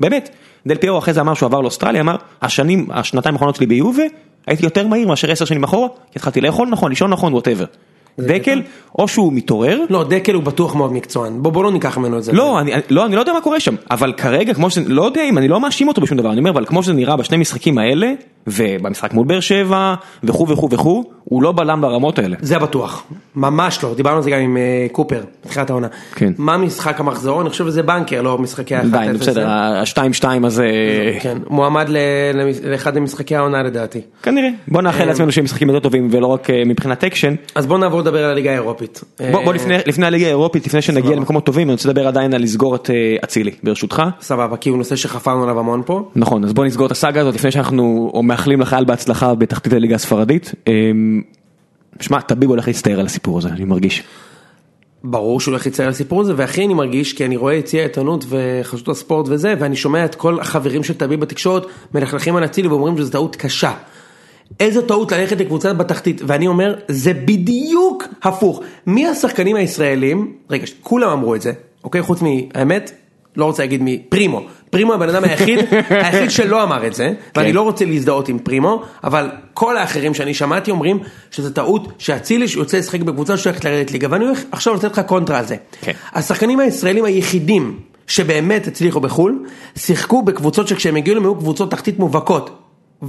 באמת, דל פיירו אחרי זה אמר שהוא עבר לאוסטרליה, אמר, השנים, השנתיים האחרונות שלי ביובה, הייתי יותר מהיר מאשר 10 שנים אחורה, כי התחלתי לאכול נכון, לישון נכון, ווטאבר. דקל, או שהוא מתעורר, לא, דקל הוא בטוח מאוד מקצוען, בוא, בוא לא ניקח ממנו את זה. לא, אני, אני- לא, אני לא יודע מה קורה שם, אבל כרגע, כמו שזה, לא יודע אם, אני לא מאשים אותו בשום דבר, אני אומר, אבל כמו שזה נראה בשני משחקים האלה, ובמשחק מול באר שבע, וכו' וכו' וכו', הוא לא בלם ברמות האלה. זה בטוח, ממש לא, דיברנו על זה גם עם אה, קופר, בתחילת העונה. כן. מה משחק המחזור? אני חושב שזה בנקר, לא משחקי ה-1-0. די, נו, בסדר, ה-2-2 הזה, כן, מועמד ל- למש- לאחד ממשחקי העונה לדעתי. כנראה. בוא אה, נאחל לעצמנו שיהיו משחקים יותר טובים ולא רק אה, מבחינת אקשן. אז בוא נעבור לדבר על הליגה האירופית. בוא בוא אה, לפני- לפני הליגה האירופית, לפני שנגיע למקומות טובים, אני רוצה לדבר עדיין על לסגור את אה, אצילי, ברשותך. סבבה, כי הוא נושא שחפרנו עליו המון פה. נכון, אז בוא נסגור את הסאגה הזאת לפני שאנחנו או מאחלים לחייל בהצלחה בתחתית אמ, הליגה הספרדית. אה, שמע, טביב הולך להסתער על הסיפור הזה, אני מרגיש. ברור שהוא הולך להצטער על הסיפור הזה, והכי אני מרגיש, כי אני רואה יציע העיתונות וחשבות הספורט וזה, ואני שומע את כל החברים של תביב בתקשורת מלכלכים על אצילי ואומרים שזו טעות קשה. איזו טעות ללכת לקבוצה בתחתית, ואני אומר, זה בדיוק הפוך. מי השחקנים הישראלים, רגע, ש- כולם אמרו את זה, אוקיי? חוץ מהאמת, לא רוצה להגיד מי, פרימו. פרימו הבן אדם היחיד, היחיד שלא אמר את זה, ואני כן. לא רוצה להזדהות עם פרימו, אבל כל האחרים שאני שמעתי אומרים שזו טעות שאצילי שיוצא לשחק בקבוצה שהולכת לרדת ליגה, ואני הולך עכשיו לתת לך קונטרה על זה. כן. השחקנים הישראלים היחידים שבאמת הצליחו בחו"ל, שיחקו בקבוצות שכשהם הגיעו להם היו קבוצות תחתית מובהקות.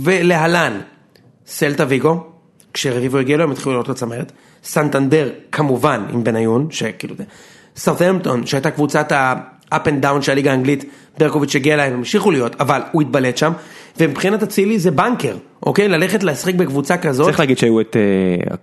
ולהלן, סלטה ויגו, כשרביבו הגיע להם התחילו לעלות לצמרת, סנטנדר כמובן עם בניון, שכאילו זה, סרטהמפטון שהייתה קבוצת ה-up and down של הליגה האנגלית, ברקוביץ' הגיע להם, המשיכו להיות, אבל הוא התבלט שם, ומבחינת אצילי זה בנקר, אוקיי? ללכת לשחק בקבוצה כזאת, צריך להגיד שהיו את, אה,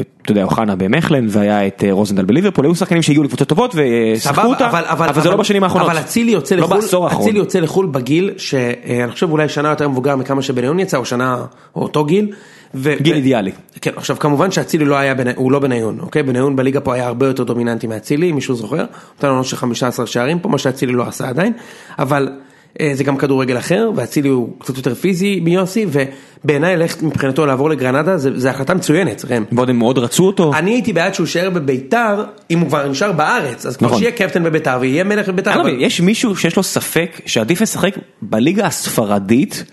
את, אתה יודע, אוחנה במכלן והיה את אה, רוזנדל בליברפול, היו שחקנים שהגיעו לקבוצות טובות ושחקו סבבה, אותה, אבל, זה לא בשנים האחרונות. אבל אצילי יוצא לא לחו"ל, בעשור האחרון. אצילי יוצא לחו"ל בגיל שאני חושב אולי שנה יותר מבוגר מכמה שבניון יצא, או שנה, או אותו גיל. ו- גיל ו- אידיאלי. כן, עכשיו כמובן שאצילי לא היה, בני- הוא לא בניון, אוקיי? בניון בליגה פה היה הרבה יותר דומיננטי מאצילי, אם מישהו זוכר. נתן לנו של 15 שערים פה, מה שאצילי לא עשה עדיין, אבל אה, זה גם כדורגל אחר, ואצילי הוא קצת יותר פיזי מיוסי, ובעיניי ללכת מבחינתו לעבור לגרנדה, זה זה החלטה מצוינת, ראם. ועוד הם מאוד רצו אותו. אני הייתי בעד שהוא יישאר בביתר, אם הוא כבר נשאר בארץ, אז כבר נכון. שיהיה קפטן בביתר ויהיה מלך בביתר. אני לא אבל- מבין, יש מישהו שיש לו ספק שעדיף לשחק בליגה הספרדית,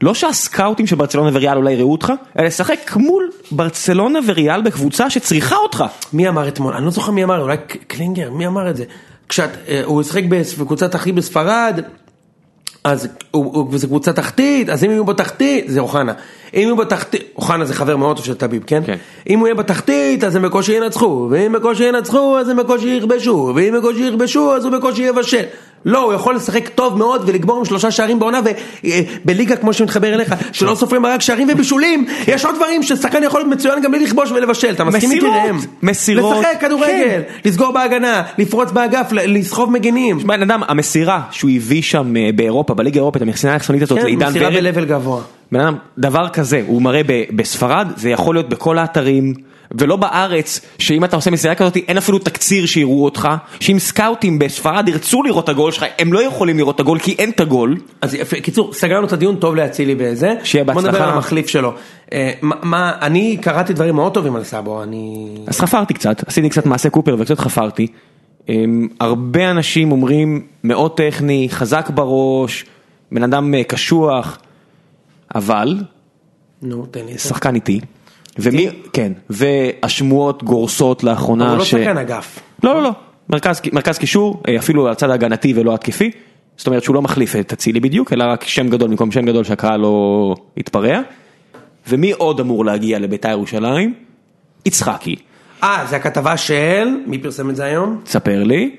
לא שהסקאוטים של ברצלונה וריאל אולי יראו אותך, אלא לשחק מול ברצלונה וריאל בקבוצה שצריכה אותך. מי אמר אתמול? אני לא זוכר מי אמר, אולי ק- קלינגר, מי אמר את זה? כשאת, אה, הוא ישחק בס- בקבוצת אחי בספרד, אז הוא, הוא, זה קבוצה תחתית, אז אם יהיו בתחתית, זה אוחנה. אם יהיו בתחתית, אוחנה זה חבר מאוד טוב של טביב, כן? כן. אם הוא יהיה בתחתית, אז הם בקושי ינצחו, ואם בקושי ינצחו, אז הם בקושי יכבשו, ואם בקושי יכבשו, אז הוא בקושי יבשל. לא, הוא יכול לשחק טוב מאוד ולגמור עם שלושה שערים בעונה, ובליגה כמו שמתחבר אליך, שלא סופרים רק שערים ובישולים, יש עוד דברים ששחקן יכול להיות מצוין גם בלי לכבוש ולבשל, אתה מסכים איתי מסירות, ראם? מסירות, כן. לשחק כדורגל, לסגור בהגנה, לפרוץ באגף, ל- לסחוב מגנים. בן אדם, המסירה שהוא הביא שם אה, באירופה, בליגה האירופית, המכסנה החיסונית הזאת, כן, לעידן מסירה ורד, ב-level גבוה. בן אדם, דבר כזה, הוא מראה ב- בספרד, זה יכול להיות בכל האתרים, ולא בארץ, שאם אתה עושה מסירה כזאת, אין אפילו תקציר שיראו אותך, שאם סקאוטים בספרד ירצו לראות את הגול שלך, הם לא יכולים לראות את הגול, כי אין את הגול. אז יפה, קיצור, סגרנו את הדיון טוב לאצילי בזה. שיהיה בוא נדבר בהצלחה. על המחליף שלו. אה, מה- מה, אני קראתי דברים מאוד טובים על סאבו, אני... אז חפרתי קצת, עשיתי קצת מעשה קופר וקצת חפרתי. אמ, הרבה אנשים אומרים, מאוד טכני, חזק בראש, בן אדם אה, קשוח, אבל נו, תן לי את זה. שחקן איתי. ומי, כן, והשמועות גורסות לאחרונה הוא לא ש- שחקן אגף. לא, לא, לא. מרכז, מרכז קישור, אה, אפילו הצד ההגנתי ולא התקפי. זאת אומרת שהוא לא מחליף את אצילי בדיוק, אלא רק שם גדול במקום שם גדול שהקהל לא יתפרע. ומי עוד אמור להגיע לביתר ירושלים? יצחקי. אה, זה הכתבה של, מי פרסם את זה היום? תספר לי.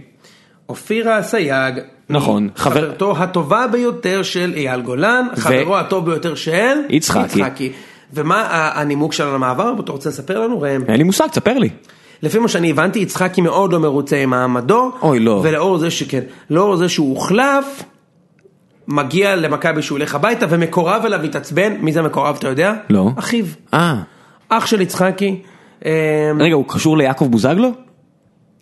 אופירה אסייג. נכון. חבר- חברתו הטובה ביותר של אייל גולן, חברו הטוב ביותר של... יצחקי. ומה ה- הנימוק שלנו למעבר? אתה רוצה לספר לנו, ראם? אין לי מושג, תספר לי. לפי מה שאני הבנתי, יצחקי מאוד לא מרוצה עם מעמדו. אוי, לא. ולאור זה שכן, לאור זה שהוא הוחלף, מגיע למכבי שהוא הולך הביתה, ומקורב אליו התעצבן, מי זה המקורב אתה יודע? לא. אחיו. אה. אח של יצחקי. אה, רגע, הוא קשור ליעקב בוזגלו?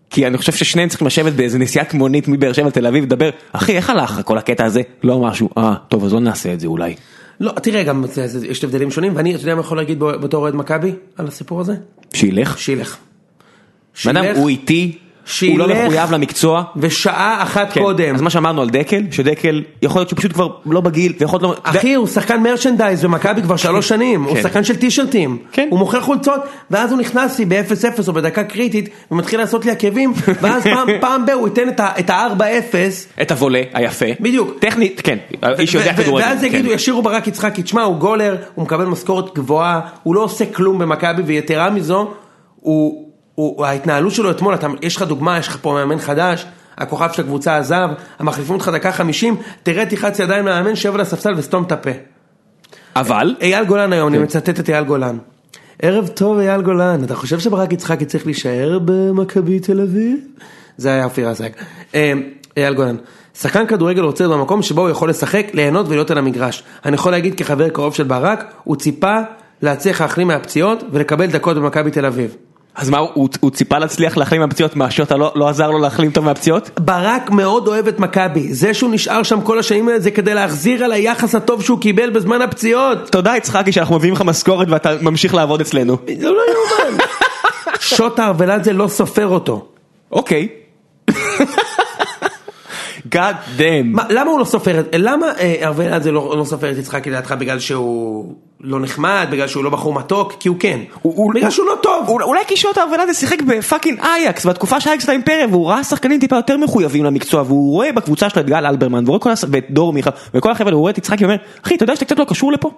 כי אני חושב ששניהם צריכים לשבת באיזה נסיעת מונית מבאר שבע לתל אביב ולדבר, אחי, איך הלך לך כל הקטע הזה? לא משהו. אה, טוב, אז לא נעשה את זה אולי. לא, תראה, גם זה- זה- יש הבדלים שונים, ואני, אתה יודע מה יכול להגיד ב- בתור אוהד מכבי על הסיפור הזה? שילך. שילך. בן אדם, שילך, הוא איטי, הוא לא שילך. מחויב למקצוע. ושעה אחת כן. קודם. אז מה שאמרנו על דקל, שדקל יכול להיות שהוא פשוט כבר לא בגיל, ויכול להיות לא... אחי, הוא שחקן מרצ'נדייז במכבי כבר שלוש שנים, הוא כן. שחקן של טישרטים, כן. הוא מוכר חולצות, ואז הוא נכנס לי ב-0-0 או בדקה קריטית, ומתחיל לעשות לי עקבים, ואז פעם, פעם ב- הוא ייתן את ה- את ה-4-0, את הוולה היפה. בדיוק. טכנית, כן. איש יודע ו- כדורגל. ואז כן. יגידו, ישירו ברק יצחקי, תשמע, הוא גולר, הוא מקבל משכורת גבוהה, הוא לא עושה כלום במכבי, ויתרה מזו, הוא, הוא, ההתנהלות שלו אתמול, אתה, יש לך דוגמה, יש לך פה מאמן חדש, הכוכב של הקבוצה עזב, המחליפים אותך דקה 50, תראה תחץ ידיים למאמן, שב על הספסל וסתום את הפה. אבל, אייל גולן היום, אני מצטט את אייל גולן. ערב טוב אייל גולן, אתה חושב שברק יצחקי צריך להישאר במכבי תל אביב? זה היה אופיר אסייג. אה, אייל גולן, שחקן כדורגל רוצה להיות במקום שבו הוא יכול לשחק, ליהנות ולהיות על המגרש. אני יכול להגיד כחבר קרוב של ברק, הוא ציפה להצליח להחלים מהפציעות ולקבל דקות במכבי תל אביב. אז מה, הוא- הוא ציפה להצליח להחלים מהפציעות, מה שאתה לא לא עזר לו להחלים טוב מהפציעות? ברק מאוד אוהב את מכבי, זה שהוא נשאר שם כל השנים האלה זה כדי להחזיר על היחס הטוב שהוא קיבל בזמן הפציעות. תודה יצחקי שאנחנו מביאים לך משכורת ואתה ממשיך לעבוד אצלנו. זה לא יאומן. שוטה ארבלדזה לא סופר אותו. אוקיי. God damn. מה, למה הוא לא סופר את... למה אה, ארבלדזה לא, לא סופר את יצחקי לדעתך בגלל שהוא לא נחמד, בגלל שהוא לא בחור מתוק? כי הוא כן. הוא- הוא- בגלל שהוא לא טוב. אול- אולי כי שוטה אברלנדס שיחק בפאקינג אייקס בתקופה שאייקס הייתה אימפריה והוא ראה שחקנים טיפה יותר מחויבים למקצוע והוא רואה בקבוצה שלו את גל אלברמן ורואה כל הס... ואת דור מיכה וכל החבר'ה הוא רואה את יצחקי ואומר אחי אתה יודע שאתה קצת לא קשור לפה?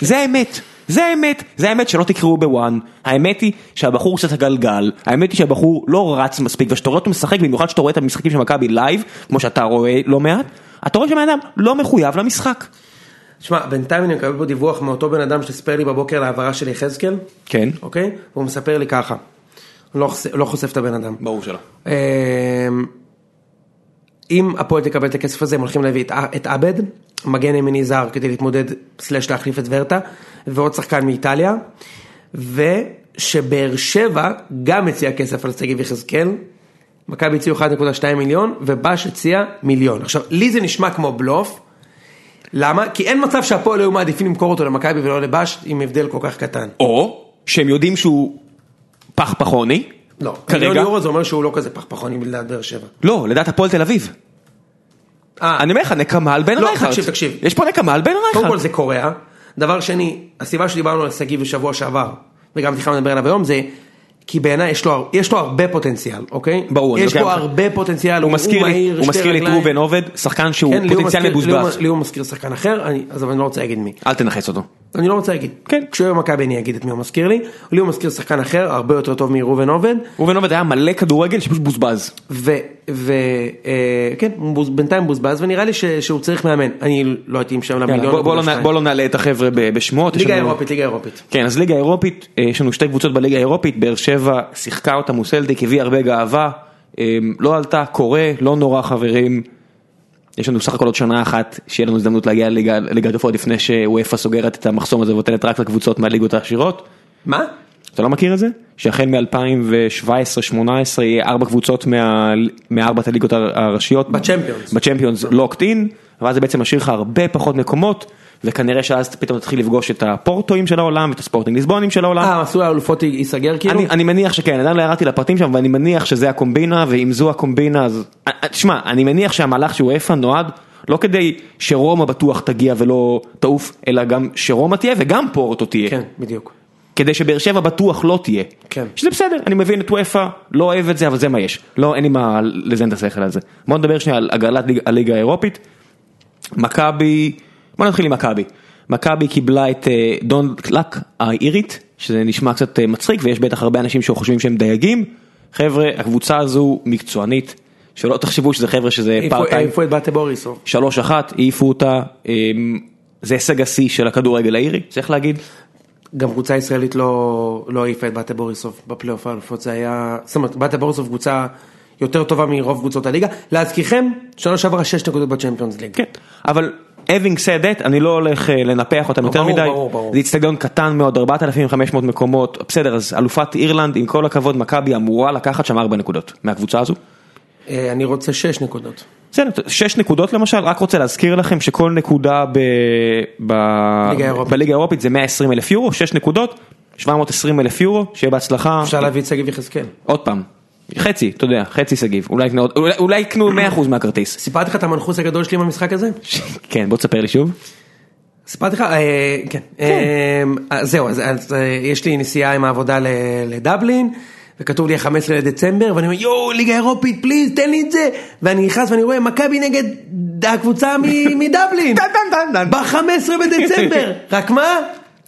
זה האמת זה האמת זה האמת שלא תקראו בוואן האמת היא שהבחור עושה את הגלגל האמת היא שהבחור לא רץ מספיק וכשאתה רואה אותו משחק במיוחד כשאתה רואה את המשחקים של מכבי לייב כמו שאתה רואה לא מעט אתה רואה שבן אדם לא מחויב למשחק. שמע, בינתיים אני מקבל פה דיווח מאותו בן אדם שסיפר לי בבוקר על ההעברה של יחזקאל, כן. אוקיי? והוא מספר לי ככה. לא, חושף- לא חושף את הבן אדם. ברור שלא. אמ, אם הפועל תקבל את הכסף הזה הם הולכים להביא את, ע- את עבד, מגן ימיני זר כדי להתמודד סלש להחליף את ורטה ועוד שחקן מאיטליה ושבאר שבע גם הציע כסף על שגיב יחזקאל, מכבי הציעו 1.2 מיליון ובאש הציע מיליון. עכשיו לי זה נשמע כמו בלוף, למה? כי אין מצב שהפועל היו מעדיפים למכור אותו למכבי ולא לבאש עם הבדל כל כך קטן. או שהם יודעים שהוא פח פחוני. לא, מיליון כרגע. יורו זה אומר שהוא לא כזה פכפכוני מלדעת באר שבע. לא, לדעת הפועל תל אביב. אה, אני אומר לך, נקמה על בן לא, רייכרד. תקשיב, תקשיב. יש פה נקמה על בן קודם כל רייכרד. זה קוריאה, דבר שני, הסיבה שדיברנו על שגיב בשבוע שעבר, וגם תכף נדבר עליו היום, זה כי בעיניי יש, לו- יש לו הרבה פוטנציאל, אוקיי? ברור, אני יש לוקח לו לך. הרבה פוטנציאל, הוא מזכיר לי, מהיר, הוא שתי מזכיר לי את רגליים. ראובן עובד, שחקן שהוא כן, לי הוא פוטנציאל מזכיר- לי הוא- מבוזבז. לי הוא מזכיר שחקן אחר, אני, אז אבל אני לא רוצה להגיד מי. אל תנכס אותו. אני לא רוצה להגיד. כן. כשהוא יהיה במכבי אני אגיד את מי הוא מזכיר לי. לי הוא מזכיר שחקן אחר, הרבה יותר טוב מראובן עובד. ראובן עובד היה מלא כדורגל שפשוט בוזבז. ו... ו אה, כן, הוא בוז- בינתיים בוזבז, ונראה לי ש, שהוא צריך מאמן. אני לא הייתי עם שם יאללה, למיליון. בוא- בוא לא נע- ושתיים. בוא לא נעלה את החבר'ה ב- בשמות. יש ליגה לנו- אירופית, ליגה אירופית. כן, אז ליגה אירופית, אה, יש לנו שתי קבוצות בליגה האירופית, באר שבע שיחקה אותה מוסלדיק, הביאה הרבה גאווה, אה, לא עלתה, קורה, לא נורא חברים. יש לנו סך הכל עוד שנה אחת, שיהיה לנו הזדמנות להגיע לליגה- ליגת עופות לפני שוופא סוגרת את המחסום הזה ונותנת רק לקבוצות מהליגות העשירות. מה? אתה לא מכיר את זה? שהחל מ-2017-2018 יהיה ארבע קבוצות מה- מארבעת הליגות הר- הראשיות. בצ'מפיונס. בצ'מפיונס לוקט אין, ואז זה בעצם משאיר לך הרבה פחות מקומות, וכנראה שאז אתה פתאום תתחיל לפגוש את הפורטואים של העולם ואת הספורטינג ליסבונים של העולם. אה, מסלול האלופות ייסגר כאילו? אני, אני מניח שכן, עדיין לא ירדתי לפרטים שם, ואני מניח שזה הקומבינה, ואם זו הקומבינה אז... אה, אה, תשמע, אני מניח שהמהלך שהוא איפה נועד, לא כדי שרומא בטוח תגיע ולא תעוף, אלא גם שרומא תהיה וגם פורטו תהיה. כן, בדיוק. כדי שבאר שבע בטוח לא תהיה. כן. שזה בסדר, אני מבין את וופא, לא אוהב את זה, אבל זה מה יש. לא, אין לי מה לזיין את השכל על זה. בוא נדבר שנייה על הגרלת ליג- הליגה האירופית. מכבי, בוא נתחיל עם מכבי. מכבי קיבלה את אה, דון קלק האירית, שזה נשמע קצת אה, מצחיק, ויש בטח הרבה אנשים שחושבים שהם דייגים. חבר'ה, הקבוצה הזו מקצוענית, שלא תחשבו שזה חבר'ה שזה איפה פארט-טיים. איפה את בתה בוריסוב? 3-1, העיפו אותה, אה, זה הישג השיא של הכדורגל האירי, צריך להגיד. גם קבוצה ישראלית לא לא העיפה את בתה בוריסוב בפלייאוף האלופות, זה היה... זאת אומרת, בתה בוריסוב קבוצה יותר טובה מרוב קבוצות הליגה. להזכירכם, שנה שעברה 6 נקודות בצ'מפיונס ליג. כן, אבל having said that, אני לא הולך אה, לנפח אותם יותר ברור, מדי, ברור, ברור. זה אצטדיון קטן מאוד, 4,500 מקומות, בסדר, אז אלופת אירלנד, עם כל הכבוד, מכבי אמורה לקחת שם 4 נקודות מהקבוצה הזו. אה, אני רוצה 6 נקודות. בסדר, 6 נקודות למשל, רק רוצה להזכיר לכם שכל נקודה ב... ב... ליגה האירופית. בליגה האירופית זה 120 אלף יורו, 6 נקודות, 720 אלף יורו, שיהיה בהצלחה. אפשר להביא את שגיב יחזקאל. עוד פעם, חצי, אתה יודע, חצי שגיב, אולי יקנה עוד- אולי- אולי יקנו 100% מהכרטיס. סיפרתי לך את המנחוס הגדול שלי במשחק הזה? כן, בוא תספר לי שוב. סיפרתי לך? אה, כן. אה, אז זהו, אז- אז אה, יש לי נסיעה עם העבודה ל- לדבלין, וכתוב לי 15 לדצמבר, ואני אומר, יואו, ליגה אירופית, פליז, תן לי את זה. ואני נכנס ואני רואה, מכבי נגד הקבוצה מ- מדבלין. ב-15 בדצמבר. רק מה?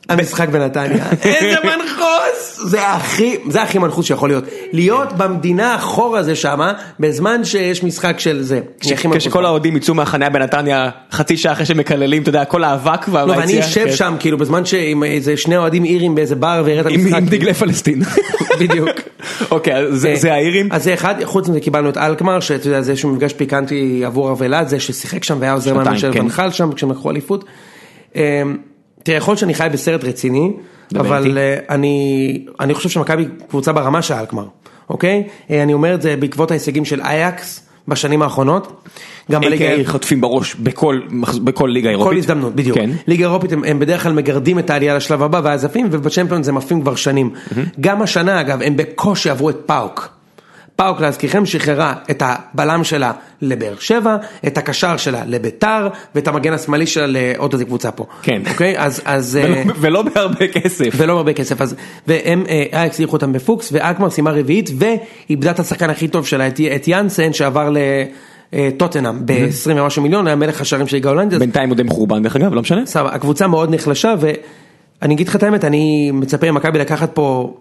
המשחק בנתניה. איזה מנחוס! זה הכי, זה הכי מנחוס שיכול להיות. להיות במדינה החור הזה שמה, בזמן שיש משחק של זה. אני הכי מנחוס. כשכל האוהדים יצאו מהחניה בנתניה חצי שעה אחרי שמקללים, אתה יודע, כל האבק לא, והיציאה. ואני אשב כן. שם, כאילו, בזמן שעם איזה שני אוהדים אירים באיזה בר ויראה את עם המשחק. עם דגלי פלסטין. בדיוק. אוקיי, אז זה- אה, זה האירים. אז זה אחד, חוץ מזה קיבלנו את אלקמר, שאתה יודע, זה איזשהו מפגש פיקנטי עבור אבלעד, זה ששיחק שם והיה עוזר מאמן שנתיים, של כן. ונחל שם כשהם לקחו אליפות. אמ, תראה, יכול להיות שאני חי בסרט רציני, אבל אה, אני, אני חושב שמכבי קבוצה ברמה של אלקמר, אוקיי? אה, אני אומר את זה בעקבות ההישגים של אייקס בשנים האחרונות. גם בליגה... AKA חוטפים בראש בכל, מחז- בכל ליגה אירופית. כל הזדמנות, בדיוק. כן. ליגה אירופית הם, הם בדרך כלל מגרדים את העלייה לשלב הבא ואז עפים, ובצ'מפיונס הם עפים כבר שנים. גם השנה אגב, הם בקושי עברו את פאוק. פאוק להזכירכם שחררה את הבלם שלה לבאר שבע, את הקשר שלה לביתר, ואת המגן השמאלי שלה לעוד איזה קבוצה פה. כן. אוקיי? אז... אז ולא- אה, ולא בהרבה כסף. ולא הרבה כסף, אז, והם, אה, אייקס הדיחו אותם בפוקס, ואקמר סיימה רביעית, ואיבדה את השחקן הכי טוב שלה, את, את יאנסן, שעבר אה, לטוטנאם ב-20 ומשהו מיליון, היה מלך השערים של ליגה הולנדית, בינתיים עוד הם חורבן דרך אגב, לא משנה. סבבה, הקבוצה מאוד נחלשה, ואני אגיד לך את האמת, אני מצפה ממכבי לקחת פה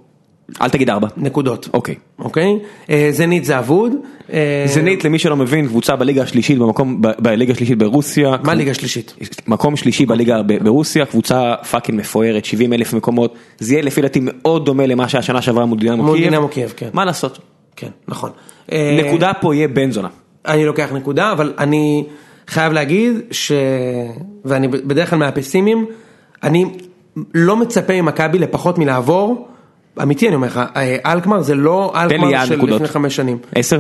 אל תגיד ארבע. נקודות, אוקיי. אוקיי? אה, זנית זה אבוד. אה, זנית למי שלא מבין קבוצה בליגה השלישית במקום ב- בליגה השלישית ברוסיה. מה ליגה שלישית? מקום שלישי בליגה ב- ברוסיה קבוצה פאקינג מפוארת 70 אלף מקומות זה יהיה לפי דעתי מאוד דומה למה שהיה שנה שעברה מול דינמו מול קייב. דינמו קייב, כן. מה לעשות. כן, נכון. אה, נקודה פה יהיה בן זונה. אני לוקח נקודה, אבל אני חייב להגיד ש... ואני בדרך כלל מהפסימים, אני לא מצפה ממכבי לפחות מלעבור, אמיתי אני אומר לך, אה, אלקמר זה לא תן לי אלקמר יעד של נקודות. לפני חמש שנים. 10?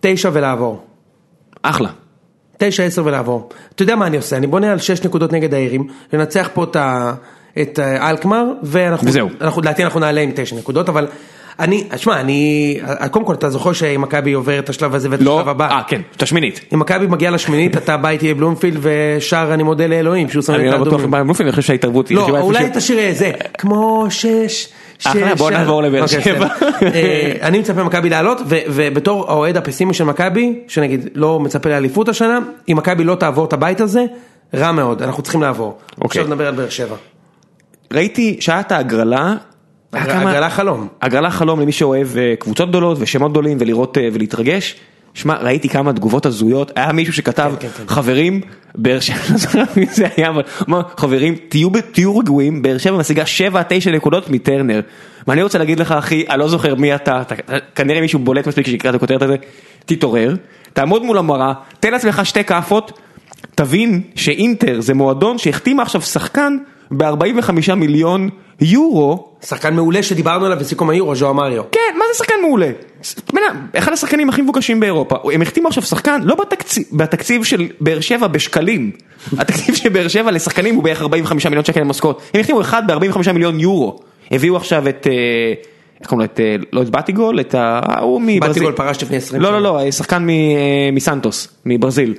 תשע ולעבור. אחלה. תשע עשר ולעבור. אתה יודע מה אני עושה, אני בונה על שש נקודות נגד העירים, לנצח פה את, ה, את אה, אלקמר, ואנחנו, וזהו. אנחנו, לדעתי אנחנו נעלה עם תשע נקודות, אבל אני, שמע, אני, אה, קודם כל אתה זוכר שמכבי עובר את השלב הזה ואת לא? השלב הבא. אה כן. את השמינית. אם מכבי מגיעה לשמינית, אתה בא איתי לבלומפילד ושר אני מודה לאלוהים שהוא שם לי אני את לא בטוח האדומים. מה הם אני חושב שההתערבות. היא לא, ישיבה אולי איפשהו. תשאיר זה, כמו שש, שש. אחלה, בוא שש. נעבור לבאר אוקיי, שבע. בסדר. אה, אני מצפה ממכבי לעלות, ו- ובתור האוהד הפסימי של מכבי, שנגיד לא מצפה לאליפות השנה, אם מכבי לא תעבור את הבית הזה, רע מאוד, אנחנו צריכים לעבור. אוקיי. עכשיו נדבר על באר שבע. ראיתי שעת ההגרלה. היה אה, כמה- הגרלה חלום. הגרלה חלום למי שאוהב אה, קבוצות גדולות ושמות גדולים ולראות אה, ולהתרגש. שמע, ראיתי כמה תגובות הזויות, היה מישהו שכתב, כן, כן, כן. חברים, באר שבע, לא זוכר מי זה היה, אבל הוא אמר, חברים, תהיו ב- תהיו רגועים, באר שבע משיגה 7-9 נקודות מטרנר. ואני רוצה להגיד לך, אחי, אני לא זוכר מי אתה, אתה כנראה מישהו בולט מספיק שיקרא את הכותרת הזה, תתעורר, תעמוד מול המראה, תן לעצמך שתי כאפות, תבין שאינטר זה מועדון שהחתים עכשיו שחקן ב-45 מיליון יורו. שחקן מעולה שדיברנו עליו בסיכום היורו, ז'ו מריו. כן, מה זה שחקן מעולה? ס- בן אדם, אחד השחקנים הכי מבוקשים באירופה. הם החתימו עכשיו שחקן, לא בתקציב, בתקציב של באר שבע בשקלים. התקציב של באר שבע לשחקנים הוא בערך 45 מיליון שקל למשכורת. הם החתימו אחד ב-45 מיליון יורו. הביאו עכשיו את, אה, איך קוראים לו? את, אה, לא את בטיגול, את ה... ההוא מברזיל. באתי גול פרש לפני 20 לא, שנה. לא, לא, שחקן מ- אה, מסנטוס, מברזיל.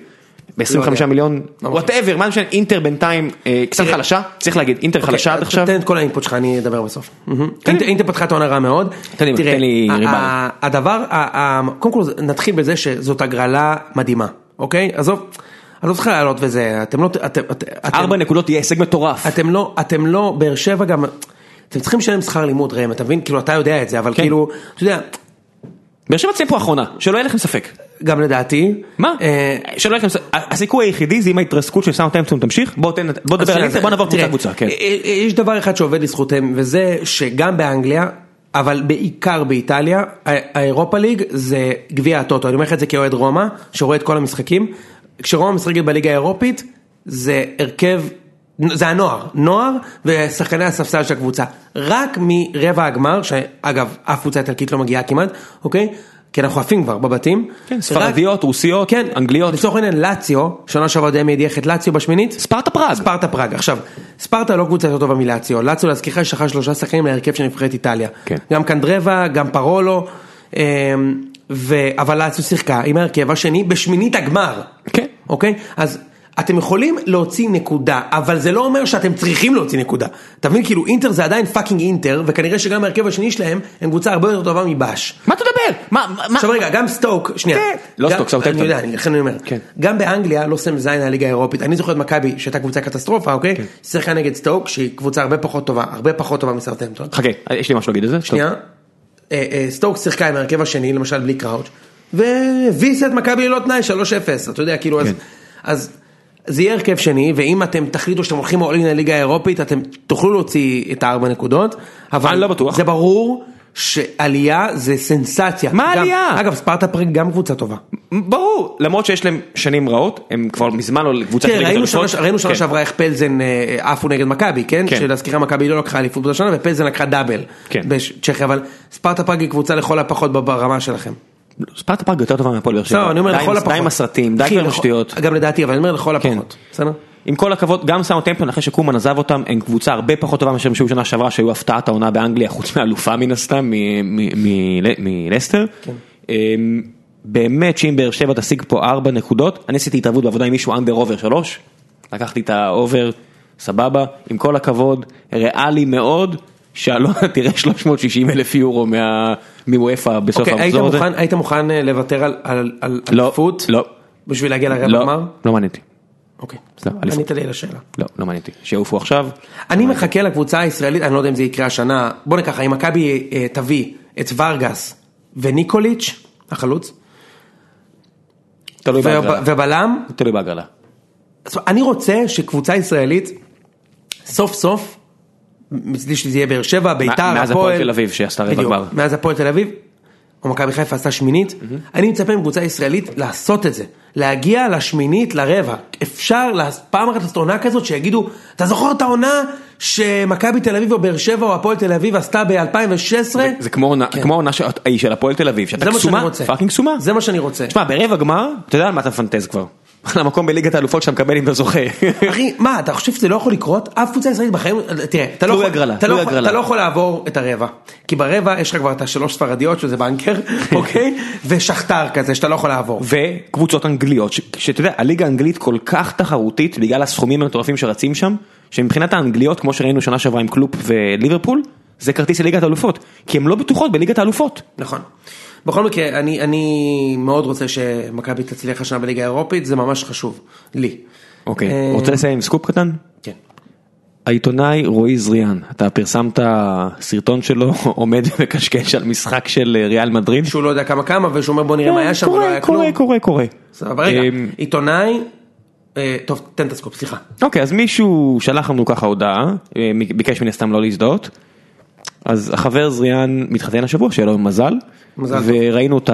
ב-25 יודע. מיליון, לא וואטאבר, מה משנה, אינטר בינתיים אה, קצת חלשה, צריך להגיד, אינטר חלשה עד עכשיו. אוקיי, תן את כל האינפוט שלך, אני אדבר בסוף. מהמם. תן לי. אינטר- אינטר פתחה את העונה רע מאוד. תן לי- תראה, תן לי ה- ריבה. ה- הדבר, ה- ה- קודם כל נתחיל בזה שזאת הגרלה מדהימה, אוקיי? עזוב, אני לא צריך לעלות וזה, אתם לא, אתם, אתם- ארבע נקודות יהיה הישג מטורף. אתם לא, אתם לא, באר שבע גם, אתם צריכים לשלם שכר לימוד ראם, אתה מבין? כאילו אתה יודע את זה, אבל כן. כאילו, אתה יודע, באר שבע תסיים פה אחרונה, שלא יהיה לכם ספק. גם לדעתי, מה? אה, שלא יהיה לכם ספק. הסיכוי היחידי זה אם ההתרסקות של סאונטהמפטון תמשיך, בוא תן, בוא נדבר על אז אינטר, שנייה, בוא נעבור קבוצה תראה, קבוצה, כן. אה, אה, יש דבר אחד שעובד לזכותם, וזה שגם באנגליה, אבל בעיקר באיטליה, הא- האירופה ליג זה גביע הטוטו, אני אומר לך את זה כאוהד רומא, שרואה את כל המשחקים, כשרומא משחקת בליגה האירופית, זה הרכב, זה הנוער, נוער ושחקני הספסל של הקבוצה, רק מרבע הגמר, שאגב, אף קבוצה איטלקית לא מגיעה כמעט, אוקיי? כי אנחנו עפים כבר בבתים. כן, רק- ספרדיות, רוסיות, כן, אנגליות, לצורך העניין לאציו, שנה שעברה דמי הדיח את לאציו בשמינית. ספרטה פראג. ספרטה פראג. עכשיו, ספרטה לא קבוצה יותר טובה מלאציו. לאציו להזכירך היא שלחה שלושה שחקנים להרכב של נבחרת איטליה. כן. גם קנדרבה, גם פרולו, אמ, ו... אבל לאציו שיחקה עם ההרכב השני בשמינית הגמר. כן. אוקיי? אז אתם יכולים להוציא נקודה, אבל זה לא אומר שאתם צריכים להוציא נקודה. אתה מבין? כאילו אינטר זה עדיין פאקינג אינטר, וכנראה שגם ההרכב השני שלהם הם קבוצה הרבה יותר טובה מבאש. מה אתה מדבר? מה, מה- עכשיו מה? רגע, גם סטוק, שנייה. כן. לא גם- סטוק, סאוטהמפטון. אני יודע, אני- לכן אני אומר. כן. גם באנגליה לא שם זין הליגה האירופית. אני זוכר את מכבי, שהייתה קבוצה קטסטרופה, אוקיי? כן. שיחקה נגד סטוק, שהיא קבוצה הרבה פחות טובה, הרבה פחות טובה מסרטנטון. חכה, יש לי משהו להגיד על זה. שנייה. אה, אה, סטוק שיחקה עם ההרכב השני, למשל בלי קראוץ', והביסה את מכבי ללא תנאי 3-0, אתה יודע, כאילו, אז- כן. אז זה יהיה הרכב שני, ואם אתם תחליטו שאתם הולכים all in לליגה האירופית, אתם תוכלו להוציא את הארבע נקודות, אבל אני לא בטוח. זה ברור שעלייה זה סנסציה. מה גם- עלייה? אגב, ספרטה פראג גם קבוצה טובה. ברור, למרות שיש להם שנים רעות, הם כבר מזמן לא קבוצה תראה, ראינו הראשון. שנה- ראינו שנה כן. שעברה איך פלזן אה, אה, עפו נגד מכבי, כן? כן. שלהזכירה מכבי לא לקחה אליפות באותה שנה ופלזן לקחה דאבל. כן. בצ'כיה, אבל ספרטה פראג היא קבוצה לכל הפחות ברמה שלכם. ספרטה פראג יותר טובה מהפועל באר שבע. לא, אני אומר כאילו, די לכל עם- הפחות. די עם הסרטים, די אחי, כבר עם לכל- השטויות. כן. גם לדעתי, אבל אני אומר לכל הפחות. בסדר? עם כל הכבוד, גם סאונטמפטון אחרי שקומן עזב אותם, הם קבוצה הרבה פחות טובה מאשר הם שהיו שנה שעברה, שהיו הפתעת העונה באנגליה, חוץ מאלופה מן הסתם, מ- מ- מ- מלסטר. כן. אמ, באמת שאם באר שבע תשיג פה 4 נקודות, אני עשיתי התערבות בעבודה עם מישהו אנדר אובר 3, לקחתי את האובר, סבבה, עם כל הכבוד, ריאלי מאוד, שאלונה תראה 360 אלף יורו מה- מוופא בסוף אוקיי, היית המחזור הזה. מוכן- היית מוכן אה, לוותר על- על על לא, אליפות? לא. בשביל להגיע לרבע לא, גמר? לא מעניין אותי, אוקיי. לא, אליפות. ענית לי על השאלה. לא, לא מעניין אותי, שיעופו עכשיו. אני מחכה לקבוצה הישראלית, אני לא יודע אם זה יקרה השנה, בוא ניקח, אם מכבי אה, תביא את ורגס וניקוליץ', החלוץ, תלוי בהגרלה. וב- ובלם, תלוי בהגרלה. זאת אומרת, אני רוצה שקבוצה ישראלית, סוף סוף, מצדי שזה יהיה באר שבע, ביתר, הפועל, מאז הפועל תל אביב שעשתה רבע בדיוק, גמר. מאז הפועל תל אביב, או מכבי חיפה עשתה שמינית, אני מצפה מקבוצה ישראלית לעשות את זה, להגיע לשמינית לרבע, אפשר לה- פעם אחת לעשות עונה כזאת שיגידו, אתה זוכר את העונה שמכבי תל אביב או באר שבע או הפועל תל אביב עשתה ב-2016? זה כמו עונה- כמו העונה של- ההיא של הפועל תל אביב, שאתה זה מה שאני קסומה, רוצה, פאקינג קסומה. זה מה שאני רוצה, תשמע, ברבע גמר, אתה יודע על מה אתה מפנטז כבר. על המקום בליגת האלופות שאתה מקבל אם אתה זוכה. אחי, מה, אתה חושב שזה לא יכול לקרות? אף קבוצה ישראלית בחיים, תראה, אתה לא תלוי יכול- הגרלה, אתה לא תלוי יכול- הגרלה. אתה לא יכול לעבור את הרבע. כי ברבע יש לך כבר את השלוש ספרדיות שזה בנקר, אוקיי? ושכתר כזה שאתה לא יכול לעבור. וקבוצות אנגליות, ש- שאתה יודע, הליגה האנגלית כל כך תחרותית בגלל הסכומים המטורפים שרצים שם, שמבחינת האנגליות, כמו שראינו שנה שעברה עם קלופ וליברפול, זה כרטיס לליגת האלופות, כי הן לא בטוחות בליגת האלופות. נכון. בכל מקרה, אני, אני מאוד רוצה שמכבי תצליח השנה בליגה האירופית, זה ממש חשוב, לי. אוקיי, אה, רוצה לסיים עם סקופ קטן? כן. העיתונאי רועי זריאן, אתה פרסמת סרטון שלו עומד ומקשקש על משחק של אה, ריאל מדריד. שהוא לא יודע כמה כמה, ושהוא אומר בוא נראה מה היה שם, ולא כן, קורה, היה כלום. קורה, קורה, קורה. סבבה, רגע, אמ, עיתונאי, אה, טוב, תן את הסקופ, סליחה. אוקיי, אז מישהו שלח לנו ככה הודעה, אה, מ- ביקש מן הסתם לא להזדהות. אז החבר זריאן מתחתן השבוע, שיהיה לו מזל. מזל טוב. וראינו את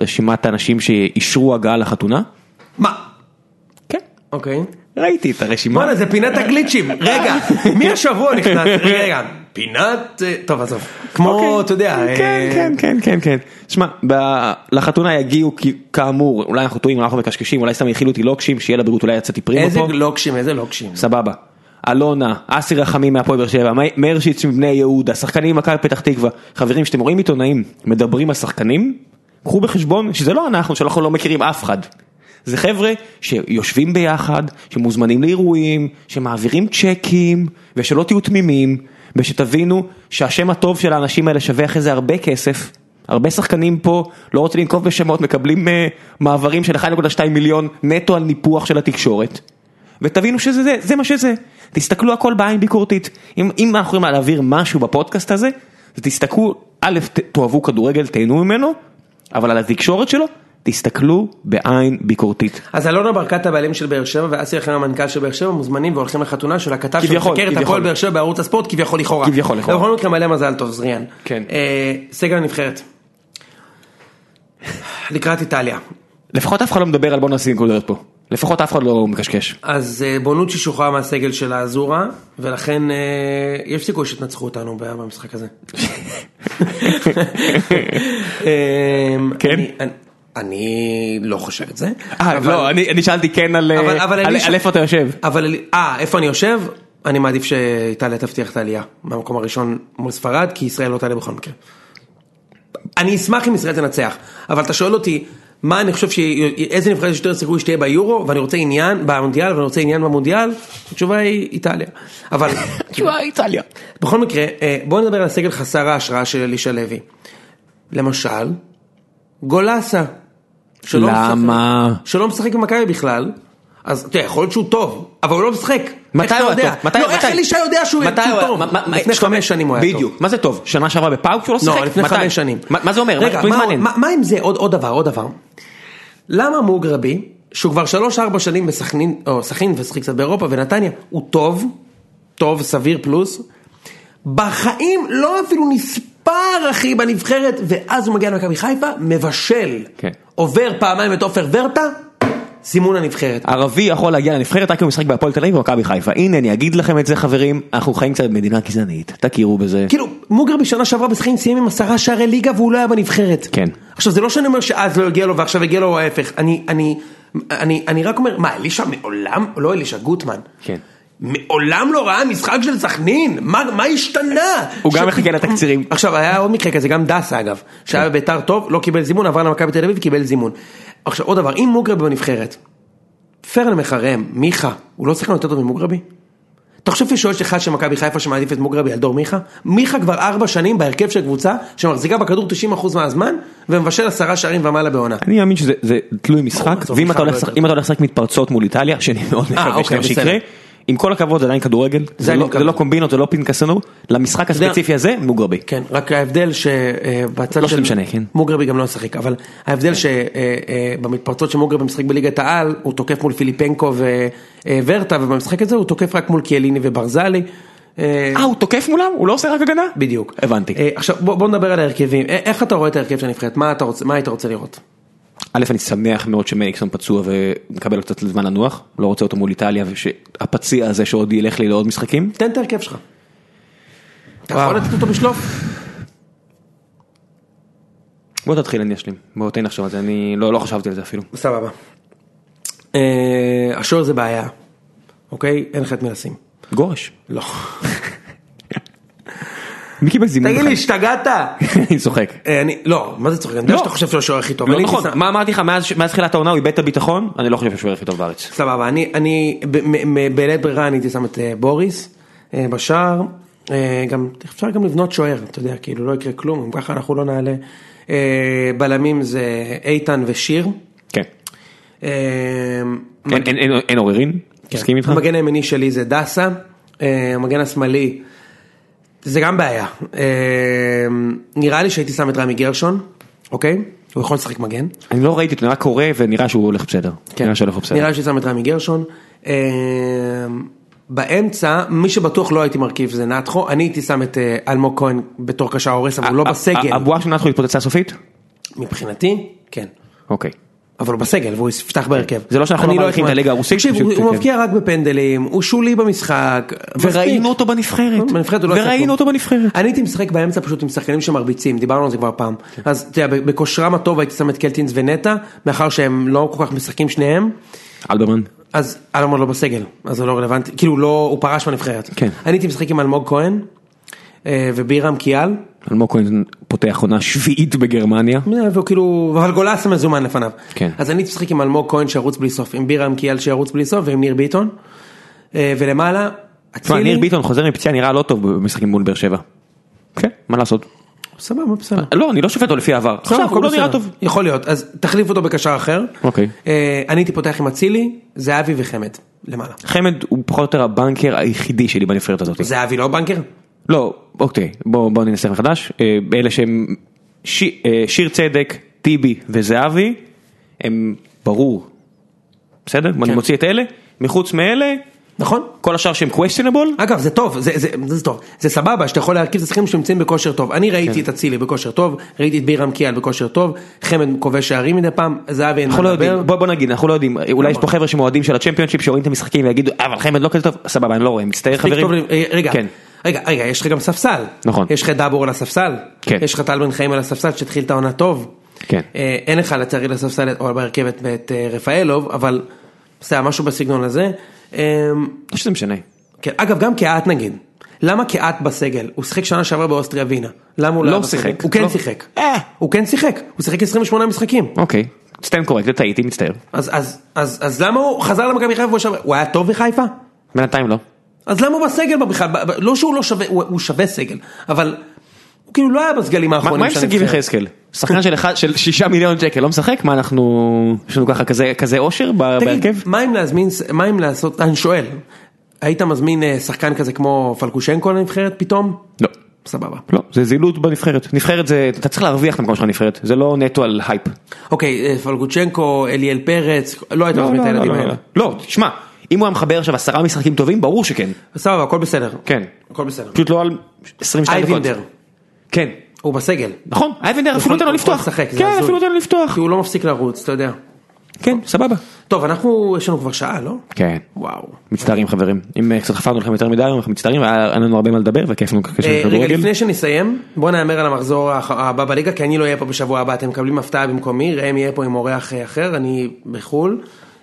רשימת האנשים שאישרו הגעה לחתונה. מה? כן. אוקיי. ראיתי את הרשימה. בואנה, זה פינת הגליצ'ים, רגע, מי השבוע נכנס? רגע, רגע, פינת, אה, טוב, עזוב. כמו, אוקיי. אתה יודע, אה, כן, כן, כן, כן, כן. תשמע, ב- לחתונה יגיעו כי- כאמור, אולי אנחנו טועים, אולי אנחנו מקשקשים, אולי סתם האכילו אותי לוקשים, שיהיה לבריאות, אולי יצאתי פרימו איזה כן. פה. לוקשים, איזה לוקשים. סבבה. אלונה, אסי רחמים מהפועל באר שבע, מי- מאיר שיץ מבני יהודה, שחקנים ממכבי פתח תקווה. חברים, כשאתם רואים עיתונאים מדברים על שחקנים, קחו בחשבון שזה לא אנחנו, שאנחנו לא מכירים אף אחד. זה חבר'ה שיושבים ביחד, שמוזמנים לאירועים, שמעבירים צ'קים, ושלא תהיו תמימים, ושתבינו שהשם הטוב של האנשים האלה שווה אחרי זה הרבה כסף. הרבה שחקנים פה, לא רוצה לנקוב בשמות, מקבלים אה, מעברים של 1.2 מיליון נטו על ניפוח של התקשורת. ותבינו שזה זה, זה מה שזה. תסתכלו הכל בעין ביקורתית. אם, אם אנחנו יכולים להעביר משהו בפודקאסט הזה, אז תסתכלו, א', ת- תאהבו כדורגל, תהנו ממנו, אבל על התקשורת שלו, תסתכלו בעין ביקורתית. אז אלונה ברקת הבעלים של באר שבע ואסי לכן המנכ"ל של באר שבע מוזמנים והולכים לחתונה של הכתב כביכול, שמסקר את כביכול. הפועל באר שבע בערוץ הספורט כביכול לכאורה. כביכול, לכאורה. בכל מקרה מלא מזל טוב זריאן. כן. אה, סגל הנבחרת. לקראת איטליה. לפחות אף אחד לא מדבר על בוא נשים נקודות פה. לפחות אף אחד לא מקשקש. אז אה, בונוצ'י שוחרר מהסגל של האזורה ולכן אה, יש סיכוי שתנצחו אותנו ב- במשחק הזה. אה, כן? אני- אני- אני לא חושב את זה. אה, אבל- לא, אני, אני שאלתי כן על, אה, אבל- אבל על, אני על, ש- איפה אתה יושב. אבל, אה, איפה אני יושב? אני מעדיף שאיטליה תבטיח את העלייה מהמקום הראשון מול ספרד, כי ישראל לא תעלה בכל מקרה. אני אשמח אם ישראל תנצח, אבל אתה שואל אותי, מה אני חושב, ש... איזה נבחרת יש יותר סיכוי שתהיה ביורו, ואני רוצה עניין במונדיאל, ואני רוצה עניין במונדיאל, התשובה היא איטליה. אבל תשמע, איטליה. בכל מקרה, אה, בואו נדבר על הסגל חסר ההשראה של אלישע לוי. למשל, גולסה. שלא למה? משחק- שלא משחק במכבי בכלל, אז אתה יודע, יכול להיות שהוא טוב, אבל הוא לא משחק. איך מתי אתה הוא היה יודע? טוב? מתי- לא, איך מתי- אלישע יודע שהוא מתי שהוא הוא היה- טוב? מה- מה- מה- לפני שלומי- חמש שנים הוא היה טוב. בדיוק. מה זה טוב? שנה שעברה בפאוק שהוא לא שיחק? לא, לפני מתי? חמש שנים. מה מה זה אומר? רגע, מה- מה- מעניין. מה מה עם זה? עוד עוד דבר, עוד דבר. למה מוגרבי, שהוא כבר שלוש-ארבע שנים בסכנין, או סכנין ושחק קצת באירופה ונתניה, הוא טוב, טוב, סביר פלוס, בחיים לא אפילו נספר פער אחי בנבחרת, ואז הוא מגיע למכבי חיפה, מבשל. כן. עובר פעמיים את עופר ורטה, זימון הנבחרת. ערבי יכול להגיע לנבחרת רק אם הוא משחק בהפועל תל אביב ומכבי חיפה. הנה אני אגיד לכם את זה חברים, אנחנו חיים קצת במדינה גזענית, תכירו בזה. כאילו, מוגר בשנה שעברה בסכם סיים עם עשרה שערי ליגה והוא לא היה בנבחרת. כן. עכשיו, זה לא שאני אומר שאז לא הגיע לו ועכשיו הגיע לו או ההפך. אני, אני, אני, אני רק אומר, מה, אלישע מעולם, לא אלישע, גוטמן. כן. מעולם לא ראה משחק של סכנין, מה, מה השתנה? הוא גם מחכה לתקצירים. כן. עכשיו, היה עוד מקרה כזה, גם דסה אגב, שהיה בביתר טוב, לא קיבל זימון, עבר למכבי תל אביב, קיבל זימון. עכשיו, עוד דבר, אם מוגרבי בנבחרת, פרן מחרם, מיכה, הוא לא שחקן יותר טוב ממוגרבי? אתה חושב שיש אחד של מכבי חיפה שמעדיף את מוגרבי על דור מיכה? מיכה כבר ארבע שנים בהרכב של קבוצה שמחזיקה בכדור 90% מהזמן ומבשל עשרה שערים ומעלה בעונה. אני מאמין שזה זה תלוי משחק, ברור, עזוב, ואם בכלל אתה הולך לא לשחק- יותר. אם אתה הולך לשחק מתפרצות מול איטליה, שאני מאוד מקווה אוקיי, שזה מה בסדר. שיקרה, עם כל הכבוד זה עדיין כדורגל, זה אני לא- מקווה. זה לא קומבינות, זה לא פנקסנות, למשחק יודע- הספציפי הזה מוגרבי. כן, רק ההבדל שבצד לא שזה משנה, כן. מוגרבי גם לא משחק, אבל ההבדל אה, שבמתפרצות שמוגרבי משחק בליגת העל, הוא תוקף מול פיליפנקו וורטה, ובמשחק הזה הוא תוקף רק מול קיאליני וברזלי. אה, אה הוא תוקף מולם? הוא לא עושה רק הגנה? בדיוק. הבנתי. אה, עכשיו בוא בוא נדבר על ההרכבים, אה, איך אתה רואה את ההרכב של הנבחרת? מה אתה רוצה- מה היית רוצה לראות? א', אני שמח מאוד שמליקסון פצוע ומקבל לו קצת זמן לנוח, לא רוצה אותו מול איטליה ושהפציע הזה שעוד ילך לי לעוד משחקים. תן את ההרכב שלך. אתה וואו. יכול לתת אותו בשלוף? בוא תתחיל אני אשלים, בוא תן לחשוב על זה, אני לא לא חשבתי על זה אפילו. סבבה. אה, השוער זה בעיה, אוקיי? אין לך את מי לשים. גורש. לא. מי קיבל זימון? תגיד לי, בכלל? השתגעת? אני צוחק. אה, אני, לא, מה זה צוחק? אני יודע שאתה חושב שהוא השוער הכי טוב. לא אני נכון, הייתי שם- מה אמרתי לך, מאז- מאז תחילת העונה הוא איבד את הביטחון, אני לא חושב שהוא הכי טוב בארץ. סבבה, אני, אני, ב- מ- מ- בלית ברירה אני הייתי שם את אה, בוריס אה, בשער, אה, גם, אפשר גם לבנות שוער, אתה יודע, כאילו לא יקרה כלום, אם ככה אנחנו לא נעלה. אה, בלמים זה איתן ושיר. כן. אה, אין- אין- אין- אין עוררין? כן, כן. מסכים איתך? המגן הימני שלי זה דסה, אה, המגן השמאלי זה גם בעיה. אה, נראה לי שהייתי שם את רמי גרשון, אוקיי? הוא יכול לשחק מגן. אני לא ראיתי אותו, נראה קורא ונראה שהוא הולך בסדר. נראה שהולך בסדר. כן. נראה לי ששם את רמי גרשון. אה, באמצע, מי שבטוח לא הייתי מרכיב זה נתחו, אני הייתי שם את אה, אלמוג כהן בתור קשר הורס, אבל הוא לא ה- ה- בסגל. הבועה של נתחו התפוצצה סופית? מבחינתי, כן. אוקיי. אבל הוא בסגל והוא יפתח בהרכב. זה לא שאנחנו אני לא מעריכים הייתי- את הליגה הרוסית, תקשיב, פשוט, הוא- הוא כן. מבקיע רק בפנדלים, הוא שולי במשחק. מספיק. וראינו אותו בנבחרת. בנבחרת הוא לא עשה כלום. וראינו אותו בנבחרת. אני הייתי משחק באמצע פשוט עם שחקנים שמרביצים, דיברנו על זה כבר פעם. כן. אז אתה יודע, בכושרם הטוב הייתי שם את קלטינס ונטע, מאחר שהם לא כל כך משחקים שניהם. אלברמן. אז אלמוג לא בסגל, אז זה לא רלוונטי, כאילו הוא לא, הוא פרש מהנבחרת. כן. אני הייתי משחק עם אלמוג כהן אה, ובירם קיאל, אלמוג כהן פותח עונה שביעית בגרמניה. והוא כאילו, אבל גולס מזומן לפניו. כן. אז אני הייתי משחק עם אלמוג כהן שירוץ בלי סוף, עם בירם קיאל שירוץ בלי סוף ועם ניר ביטון. אה, ולמעלה, תשמע, אצילי, ניר ביטון חוזר מפציעה נראה לא טוב במשחקים מול באר שבע. כן, מה לעשות? סבבה, בסדר. לא, אני לא שופט אותו לפי העבר. בסדר, עכשיו, הוא לא בסדר. נראה טוב. יכול להיות, אז תחליף אותו בקשר אחר. אוקיי. אה, אני הייתי פותח עם אצילי, זהבי וחמד, למעלה. חמד הוא פחות או יותר הבנקר היחידי שלי בנבחרת הזאת. זהבי לא בנקר? לא, אוקיי, בואו בוא ננסה מחדש. אה, אלה שהם ש, אה, שיר צדק, טיבי וזהבי, הם ברור, בסדר? אני מוציא את אלה, מחוץ מאלה, נכון? כל השאר שהם questionable, אגב זה טוב, זה, זה, זה, זה טוב, זה סבבה שאתה יכול להרכיב את השחקנים שנמצאים בכושר טוב, אני ראיתי כן. את אצילי בכושר טוב, ראיתי את בירם קיאל בכושר טוב, חמד כובש שערים מדי פעם, זהבי אין מה אנחנו לא לדבר, יודעים, בוא, בוא נגיד, אנחנו לא יודעים, אולי יש פה חבר'ה שמועדים של הצ'מפיונשיפ שרואים את המשחקים ויגידו, אבל חמד לא כזה טוב, סבבה, אני לא רואה, מצטער מספיק חברים. טוב ל- אה, רגע, כן. רגע, רגע, יש לך גם ספסל, נכון. יש לך דאבור על הספסל, כן. יש לך טל בן חיים על הספסל שהתחיל את העונה טוב, כן. אה, אין לך לצערי לספסל או בהרכב את- את אה, רפאלוב, אבל בסדר, משהו בסגנון הזה, אה, לא שזה משנה. כן, אגב גם קהת נגיד, למה קהת בסגל? הוא שיחק שנה שעברה באוסטריה ווינה, למה הוא לא לא היה בסגל? שיחק. הוא כן לא. שיחק, אה. הוא כן שיחק, הוא שיחק 28 משחקים, אוקיי, סטנד קורקט, טעיתי, מצטער. אז, אז, אז, אז למה הוא חזר למכבי חיפה והוא שווה, הוא היה טוב בחיפה? בינתיים לא. אז למה הוא בסגל בכלל? ב- ב- לא שהוא לא שווה, הוא, הוא שווה סגל, אבל הוא כאילו לא היה בסגלים מה האחרונים מה עם של שגיב הנבחרת. יחזקאל? שחקן של אחד- של שישה מיליון שקל לא משחק? מה אנחנו... יש לנו ככה כזה- כזה אושר ב- בהרכב? תגיד, מה אם להזמין, ס- מה אם לעשות, אני שואל, היית מזמין אה, שחקן כזה כמו פלקושנקו לנבחרת פתאום? לא. סבבה. לא, זה זילות בנבחרת. נבחרת זה, אתה צריך להרוויח את המקום שלך בנבחרת, זה לא נטו על הייפ. אוקיי, אה, פלקושנקו, אליאל פרץ, לא היית לא, מזמין את לא, הילדים לא, האלה. לא. לא, תשמע, אם הוא היה מחבר עכשיו עשרה משחקים טובים, ברור שכן. סבבה, הכל בסדר. כן. הכל בסדר. פשוט לא על 22 דקות. אייבינדר, כן. הוא הוא בסגל. נכון, אייבנדר הוא אפילו יכול- נותן לו הוא יכול לפתוח. לשחק, זה כן, הזוי. אפילו נותן לו לפתוח. כי הוא לא מפסיק לרוץ, אתה יודע. כן, סבבה. טוב, אנחנו, יש לנו כבר שעה, לא? כן. וואו. מצטערים חברים, אם אה, קצת חפרנו לכם יותר מדי, אנחנו מצטערים, היה היה לנו הרבה מה לדבר וכיף לנו ככה אה, של רגע, כדורגל. לפני שנסיים, בוא נהמר על המחזור האח- הבא בליגה, כי אני לא אהיה פה בשבוע הבא, אתם מקבלים הפתעה במקומי, ראם יהיה פה עם אורח אה, אחר, אני בחו"ל.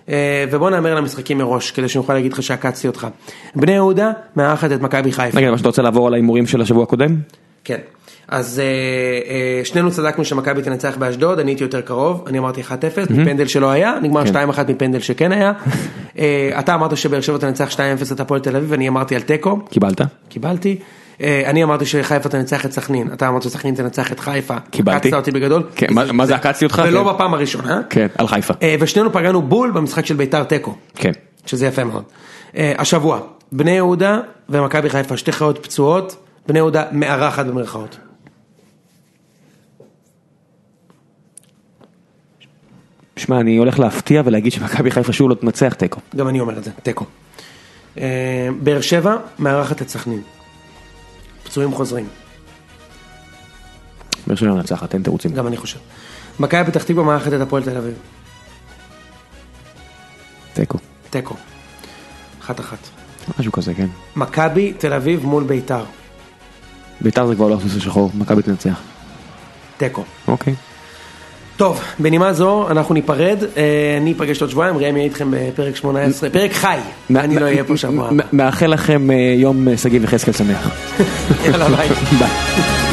אה, ובוא נהמר על המשחקים מראש, כדי שנוכל להגיד לך שעקצתי אותך. בני יהודה מארחת את מכבי חיפה. רגע, מה שאתה רוצה לעבור על ההימורים של השבוע הקודם? כן. אז אה, אה, שנינו צדקנו שמכבי תנצח באשדוד, אני הייתי יותר קרוב, אני אמרתי 1-0, מפנדל שלא היה, נגמר כן. 2-1 מפנדל שכן היה. אה, אתה אמרת שבאר שבע תנצח 2-0 את הפועל תל אביב, אני אמרתי על תיקו, קיבלת? קיבלתי. אה, אני אמרתי שחיפה תנצח את סכנין, אתה אמרת שסכנין תנצח את חיפה. קיבלתי. עקצת אותי בגדול. כן, מה- מה זה עקצתי אותך? כן. ולא בפעם הראשונה. כן, על חיפה. אה, ושנינו פגענו בול במשחק של ביתר תיקו, כן. שזה יפה מאוד. אה, השבוע, בני יהודה ומכבי חיפה, שתי חיות פצועות, בני יהודה מארחת במרכאות. שמע, אני הולך להפתיע ולהגיד שמכבי חיפה שוב לא תנצח תיקו. גם אני אומר את זה, תיקו. אה, באר שבע מארחת את סכנין. פצועים חוזרים, באר שבע מנצחת, אין לא תירוצים. גם אני חושב. מכבי פתח תקווה מארחת את הפועל תל אביב. תיקו. תיקו. אחת אחת. משהו כזה, כן. מכבי תל אביב מול ביתר. ביתר זה כבר לא הכניס לשחור, מכבי תנצח. תיקו. אוקיי. טוב, בנימה זו אנחנו ניפרד, אה, אני אפגש עוד שבועיים, ראם יהיה איתכם בפרק 18, פרק חי, אני לא אהיה פה שבוע. מאחל לכם אה, יום אה, שגיא וחזקאל שמח. יאללה ביי. ביי.